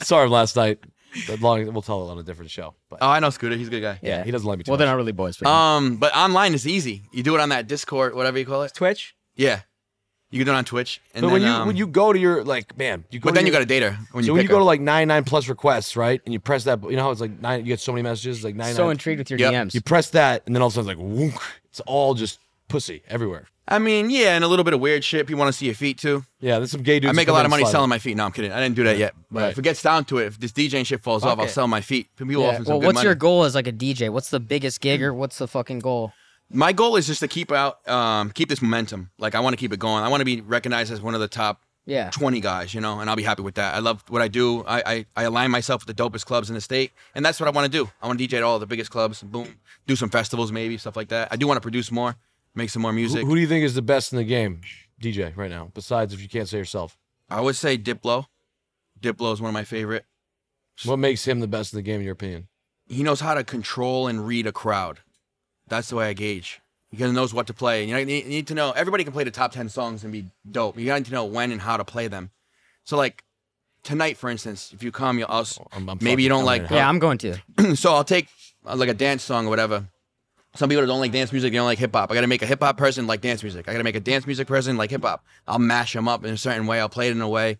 sorry last night. That long we'll tell it on a different show. But oh, I know Scooter. He's a good guy. yeah, he doesn't like me too Well, they're much. not really boys. But Um, but online is easy. You do it on that Discord, whatever you call it. Twitch. Yeah, you can do it on Twitch. And So then, when you um, when you go to your like man, you go but then to you your- got to date her when so you when pick you go her. to like 99 plus requests, right? And you press that, you know how it's like nine, you get so many messages, like 99. so intrigued with your Yep. DMs. You press that, and then all of a sudden, it's like, whoonk, it's all just pussy everywhere. I mean, yeah, and a little bit of weird shit. People want to see your feet too. Yeah, there's some gay dudes. I who make a come in lot of money slide selling my feet. No, I'm kidding. I didn't do that yet. But Right. if it gets down to it, if this DJing shit falls off, I'll sell my feet. People offer some well, good what's money. your goal as like a DJ? What's the biggest gig or what's the fucking goal? my goal is just to keep out, um, keep this momentum. Like I want to keep it going. I want to be recognized as one of the top Yeah. 20 guys, you know, and I'll be happy with that. I love what I do. I, I, I align myself with the dopest clubs in the state, and that's what I want to do. I want to DJ at all the biggest clubs, boom, do some festivals maybe, stuff like that. I do want to produce more, make some more Who, music. who do you think is the best in the game, DJ, right now? Besides, if you can't say yourself, I would say Diplo. Diplo is one of my favorite. what makes him the best in the game, in your opinion? He knows how to control and read a crowd. That's the way I gauge. He kinda knows what to play. You know, you need you need to know. Everybody can play the top 10 songs and be dope. You got to know when and how to play them. So like tonight, for instance, if you come, you'll also Oh, I'm- I'm maybe fucking you don't coming like in Yeah, I'm going to. so I'll take uh, like a dance song or whatever. Some people don't like dance music, they don't like hip hop. I gotta make a hip hop person like dance music. I gotta make a dance music person like hip hop. I'll mash them up in a certain way. I'll play it in a way,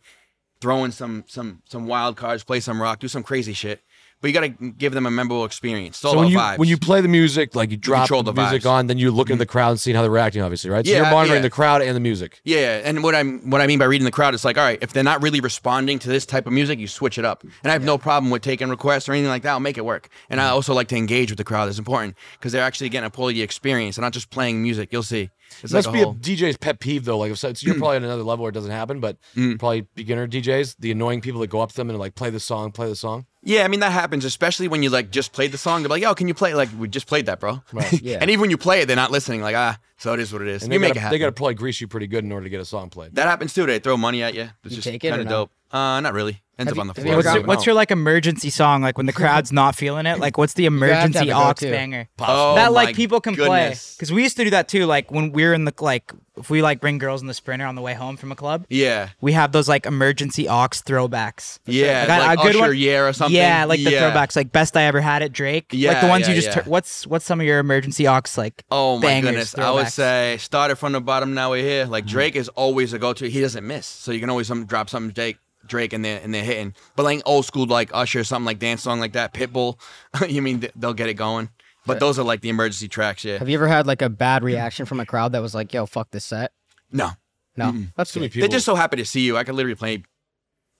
throw in some some some wild cards, play some rock, do some crazy shit. But you gotta give them a memorable experience. It's all So when about you vibes. when you play the music, like you drop control the the music vibes. Mm-hmm. on, then you look at the crowd and seeing how they're reacting, obviously, right? so Yeah, you're monitoring yeah. the crowd and the music. Yeah, and what I'm what I mean by reading the crowd is like, all right, if they're not really responding to this type of music, you switch it up. And I have no problem with taking requests or anything like that. I'll make it work. And Mm. I also like to engage with the crowd. It's important because they're actually getting a quality experience and not just playing music. You'll see. It's It must like a be whole- Mm. a DJ's pet peeve though. Like if so, it's, you're probably on another level where it doesn't happen, but probably beginner DJs, the annoying people that go up to them and like play the song, play the song. yeah. I mean that happens, especially when you like just played the song. They're like, yo, can you play? it? Like we just played that, bro. Right. yeah. and even when you play it, they're not listening. Like ah, so it is what it is. And you they make gotta, it happen. They got to probably grease you pretty good in order to get a song played. that happens too. They throw money at you. It's You just take it or kind of no? dope. Uh, not really. Ends Have up you- on the have you floor. ever What's, got- No. your, what's your like emergency song? Like when the crowd's not feeling it. Like what's the have to have emergency a ox go-to. banger? Oh that my like people can play goodness. because we used to do that too. Like when we were in the like if we like bring girls in the sprinter on the way home from a club, Yeah. we have those like emergency aux throwbacks. Yeah, Like, like a good Usher, one- yeah, or something. Yeah, like the Yeah. throwbacks, like best I ever had at Drake. like Yeah, the ones yeah, you just. yeah. tur- what's what's some of your emergency aux like? Oh my bangers, goodness! I would throwbacks? say started from the bottom. Now we're here. Like Drake is always a go-to. He doesn't miss, so you can always some, drop something Drake, Drake, and they're and they're hitting. But like old school, like Usher, something like dance song like that, Pitbull. you mean th- they'll get it going? But those are like the emergency tracks. Yeah. Have you ever had like a bad reaction from a crowd that was like, "Yo, fuck this set"? no, No, that's Too many good. people. they're just so happy to see you. I could literally play Do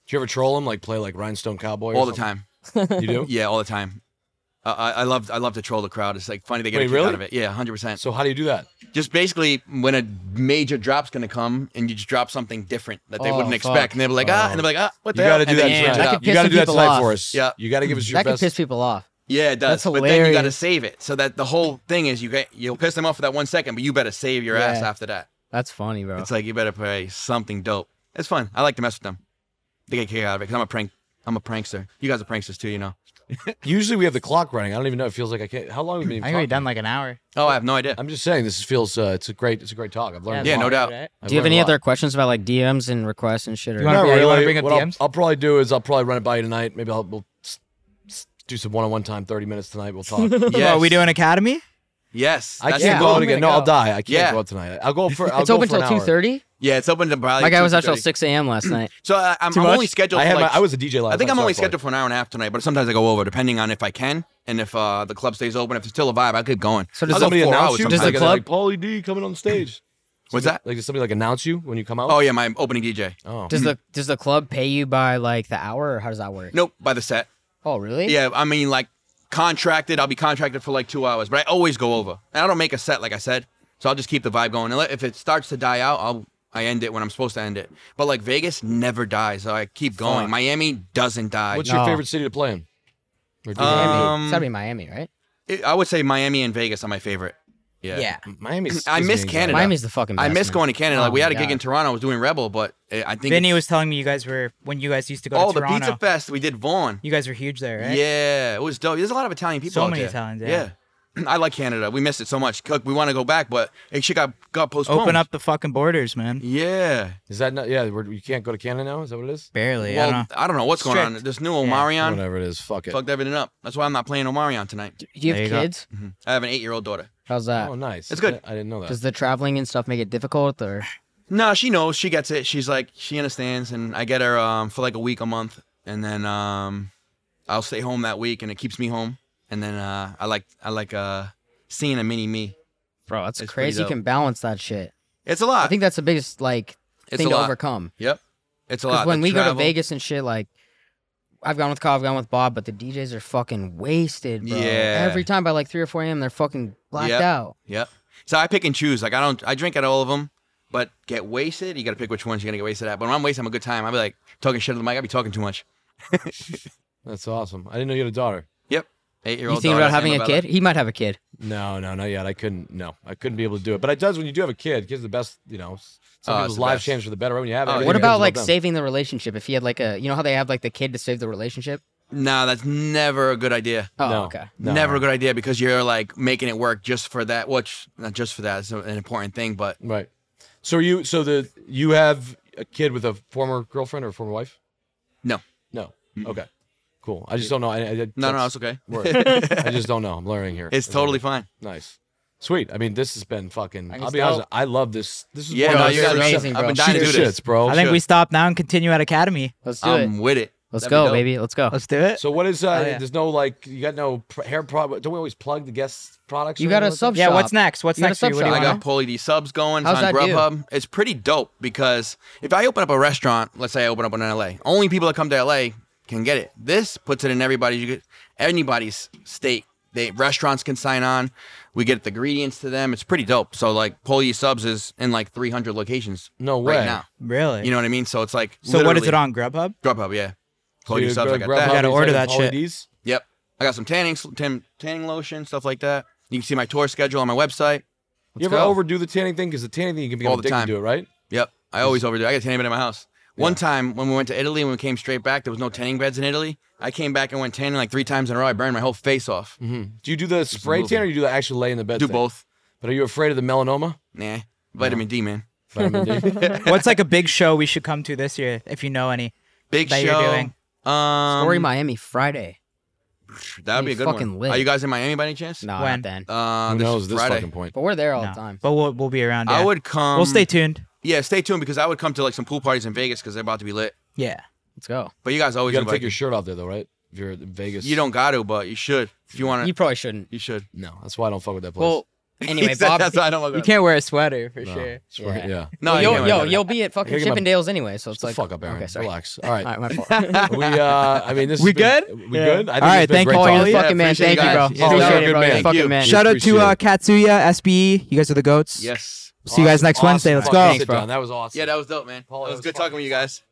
you ever troll them? Like play like Rhinestone Cowboy or all the something? time. You do. Yeah, all the time. I I, I love I love to troll the crowd. It's like funny they get Wait, a kick really? out of it. Yeah, hundred percent. So how do you do that? just basically when a major drop's gonna come and you just drop something different that they Oh, wouldn't fuck. expect and they're like ah and they're like ah what You the hell? got to do And that. then you tonight. change it That up. could you piss got to some do that people tonight off. for us. Yeah. You got to give us your That could best. piss people off. yeah it does That's but then you gotta hilarious. save it so that the whole thing is you get you'll piss them off for that one second but you better save your ass Yeah. after that That's funny, bro. it's like you better play something dope it's fun I like to mess with them they get kicked out of it because I'm a prank I'm a prankster you guys are pranksters too you know Usually we have the clock running. I don't even know. It feels like I can't. How long have we been? I think we've talking? done like an hour. oh I have no idea I'm just saying this feels. Uh, it's a great. It's a great talk. I've learned. Yeah, a no lot. doubt. Right? I've Do you have learned a any lot. other questions about like DMs and requests and shit? Or You wanna- Not Yeah, you really. bring up What I'll- DMs? I'll, probably do is I'll probably run it by you tonight. Maybe I'll we'll s- s- do some one-on-one time, thirty minutes tonight. We'll talk. Yes. Oh, we do an academy? Yes. I that's can't go the goal. out again. No, I'll die. I can't Yeah. go out tonight. I'll go for. I'll it's go open for an till two hour. thirty. Yeah, it's open to probably. My guy was out till 2:30. six a.m. last night. So I, I'm, I'm much? only scheduled. I for had like, my- I was a DJ last I think night, I'm so only I played. scheduled for an hour and a half tonight, but sometimes I go over depending on if I can and if uh, the club stays open. If there's still a vibe, I could go in. So does I'll go Somebody four announce hours you? Does the sometimes. Like, club- like Paulie D coming on stage? What's that? Like, does somebody like announce you when you come out? Oh yeah, my opening DJ. Oh. Does the does the club pay you by like the hour or how does that work? Nope, by the set. Oh really? Yeah, I mean like contracted. I'll be contracted for like two hours, but I always go over, and I don't make a set like I said. So I'll just keep the vibe going. And let- if it starts to die out, I'll I end it when I'm supposed to end it. But like Vegas never dies, so I keep going. Miami doesn't die. What's No. your favorite city to play in? Or do you- Um, Miami. it's gotta be Miami, right? It- I would say Miami and Vegas are my favorite. Yeah. Yeah. Miami's. I gives me miss anxiety. Canada. Miami's the fucking. Best, I miss man. going to Canada. Oh like we my had a gig God. in Toronto. I was doing Rebel, but uh, I think Vinny it's- was telling me you guys were when you guys used to go oh to the Toronto. Pizza Fest we did Vaughn. you guys were huge there, right? Yeah, it was dope. There's a lot of Italian people. So out many there. Italians, yeah. I like Canada. We missed it so much. Cook, we want to go back, but it shit got got postponed. Open up the fucking borders, man. Yeah. Is that not? Yeah, we're, you can't go to Canada now. Is that what it is? Barely. I Well, don't know. what's going on. Strict. This new Omarion Whatever it is, fuck it. fucked everything up. That's why I'm not playing Omarion tonight. Do you have There you go. kids? I have an eight year old daughter. How's that? Oh, nice. It's good. I, I didn't know that. Does the traveling and stuff make it difficult or? No, she knows. She gets it. She's like she understands, and I get her um, for like a week, a month, and then um, I'll stay home that week, and it keeps me home. And then uh, I like I like uh, seeing a mini me. Bro, that's It's pretty crazy. You dope. can balance that shit. It's a lot. I think that's the biggest like it's thing a to lot. overcome. Yep, it's a Because lot. when we The go travel- to Vegas and shit, like I've gone with Kyle, I've gone with Bob, but the DJs are fucking wasted, bro. Yeah. Every time by like three or four a.m., they're fucking blacked Yep. out. Yep. So I pick and choose. Like I don't. I drink at all of them, but get wasted. You got to pick which ones you're gonna get wasted at. But when I'm wasted, I'm a good time. I'll be like talking shit to the mic. I'll be talking too much. That's awesome. I didn't know you had a daughter. Yep. Eight year You old. thinking about having a kid? He might have a kid. No, no, not yet. I couldn't. No, I couldn't be able to do it. But it does when you do have a kid. Kids are the best. You know, s- some Oh, it's people's the lives best. change for the better. right? When you have, it, Oh, everything What yeah. becomes about like them. saving the relationship? If he had like a, you know how they have like the kid to save the relationship? No, that's never a good idea. Oh, No. okay. No, Never no. a good idea because you're like making it work just for that. Which not just for that. It's an important thing, but Right. So are you so the you have a kid with a former girlfriend or former wife? no, No. Okay. Cool. I just don't know. I, I, Mm-hmm. no, no, that's- it's okay. word. I just don't know. I'm learning here. It's totally fine. nice. Sweet. I mean, this has been fucking. I'll be still- honest. I love this. This is Yeah, one no, of you're you guys- amazing, I've bro. been dying to do shits, this. bro. I think Sure. we stop now and continue at Academy. Let's do it. I'm with it. Let's That'd be go, dope. baby. Let's go. Let's do it. So what is? Uh, Oh, yeah. There's no like you got no pr- hair product. Don't we always plug the guest products? or You got a anything like sub yeah. shop. What's next? What's You got a next for you? What do you sub I shop. want? got Paulie D subs going. How's it's on that do? Grubhub. It's pretty dope because if I open up a restaurant, let's say I open up one in LA, only people that come to LA can get it. This puts it in everybody's you get, anybody's state. They restaurants can sign on. We get the ingredients to them. It's pretty dope. So like Paulie subs is in like 300 locations. No way. Right now. Really? You know what I mean? So it's like so what is it literally- on Grubhub? Grubhub, yeah. that? So Paulie you subs, go I to got Grubhub, that. you Gotta order type that in shit. holidays? Yep. I got some tanning, tan, tanning lotion, stuff like that. You can see my tour schedule on my website. You ever go. overdo the tanning thing? Because the tanning thing you can be All the addicted time. to it, right? Yep. I always overdo. it. I got a tanning bed in my house. One time when we went to Italy and we came straight back, there was no tanning beds in Italy. I came back and went tanning like three times in a row. I burned my whole face off. Do you do the spray little tan or you do the actual lay in the bed? Do thing? both. But are you afraid of the melanoma? Nah. Vitamin D, man. Vitamin D? What's like a big show we should come to this year if you know any? Big That show. you're doing. Um, Story Miami Friday. that would be a You good fucking one. lit. Are you guys in Miami by any chance? No, not When? then. Uh, Who this knows at this Friday. fucking point? But we're there all No. the time. But we'll we'll be around. Yeah. I would um, come. We'll stay tuned. Yeah, stay tuned because I would come to like some pool parties in Vegas because they're about to be lit. Yeah. Let's go. But you guys You always gotta invite take your shirt off there though, right? If you're in Vegas. You don't got to, but you should. If you want to, You you, probably shouldn't. should. No, that's why I don't fuck with that place. Well, anyway, He said Bob. that's why I don't look You at it. can't wear a sweater for no, sure. it's right- yeah. No, you yo, can't yo, wear it. you'll be at fucking I gotta get my- Chippendales anyway, so it's Shut like the fuck up, Aaron. Okay, sorry. Relax. All right. All right, my fault. we uh I mean this has We been- good? We Yeah. good? I think All right, it's been thank great you, oh, talking. you're the Paulie. Yeah, fucking man. appreciate Thank you you, bro. guys. Yeah, Appreciate you're a it, good bro. man. You're the Thank fucking you. man. Shout out to Appreciate uh, it. Katsuya SBE. You guys are the goats. Yes. See you guys next Awesome. Wednesday. Let's Fucking go. sit down. That was awesome. Yeah, that was dope, man. it was, was good fucking talking with you guys.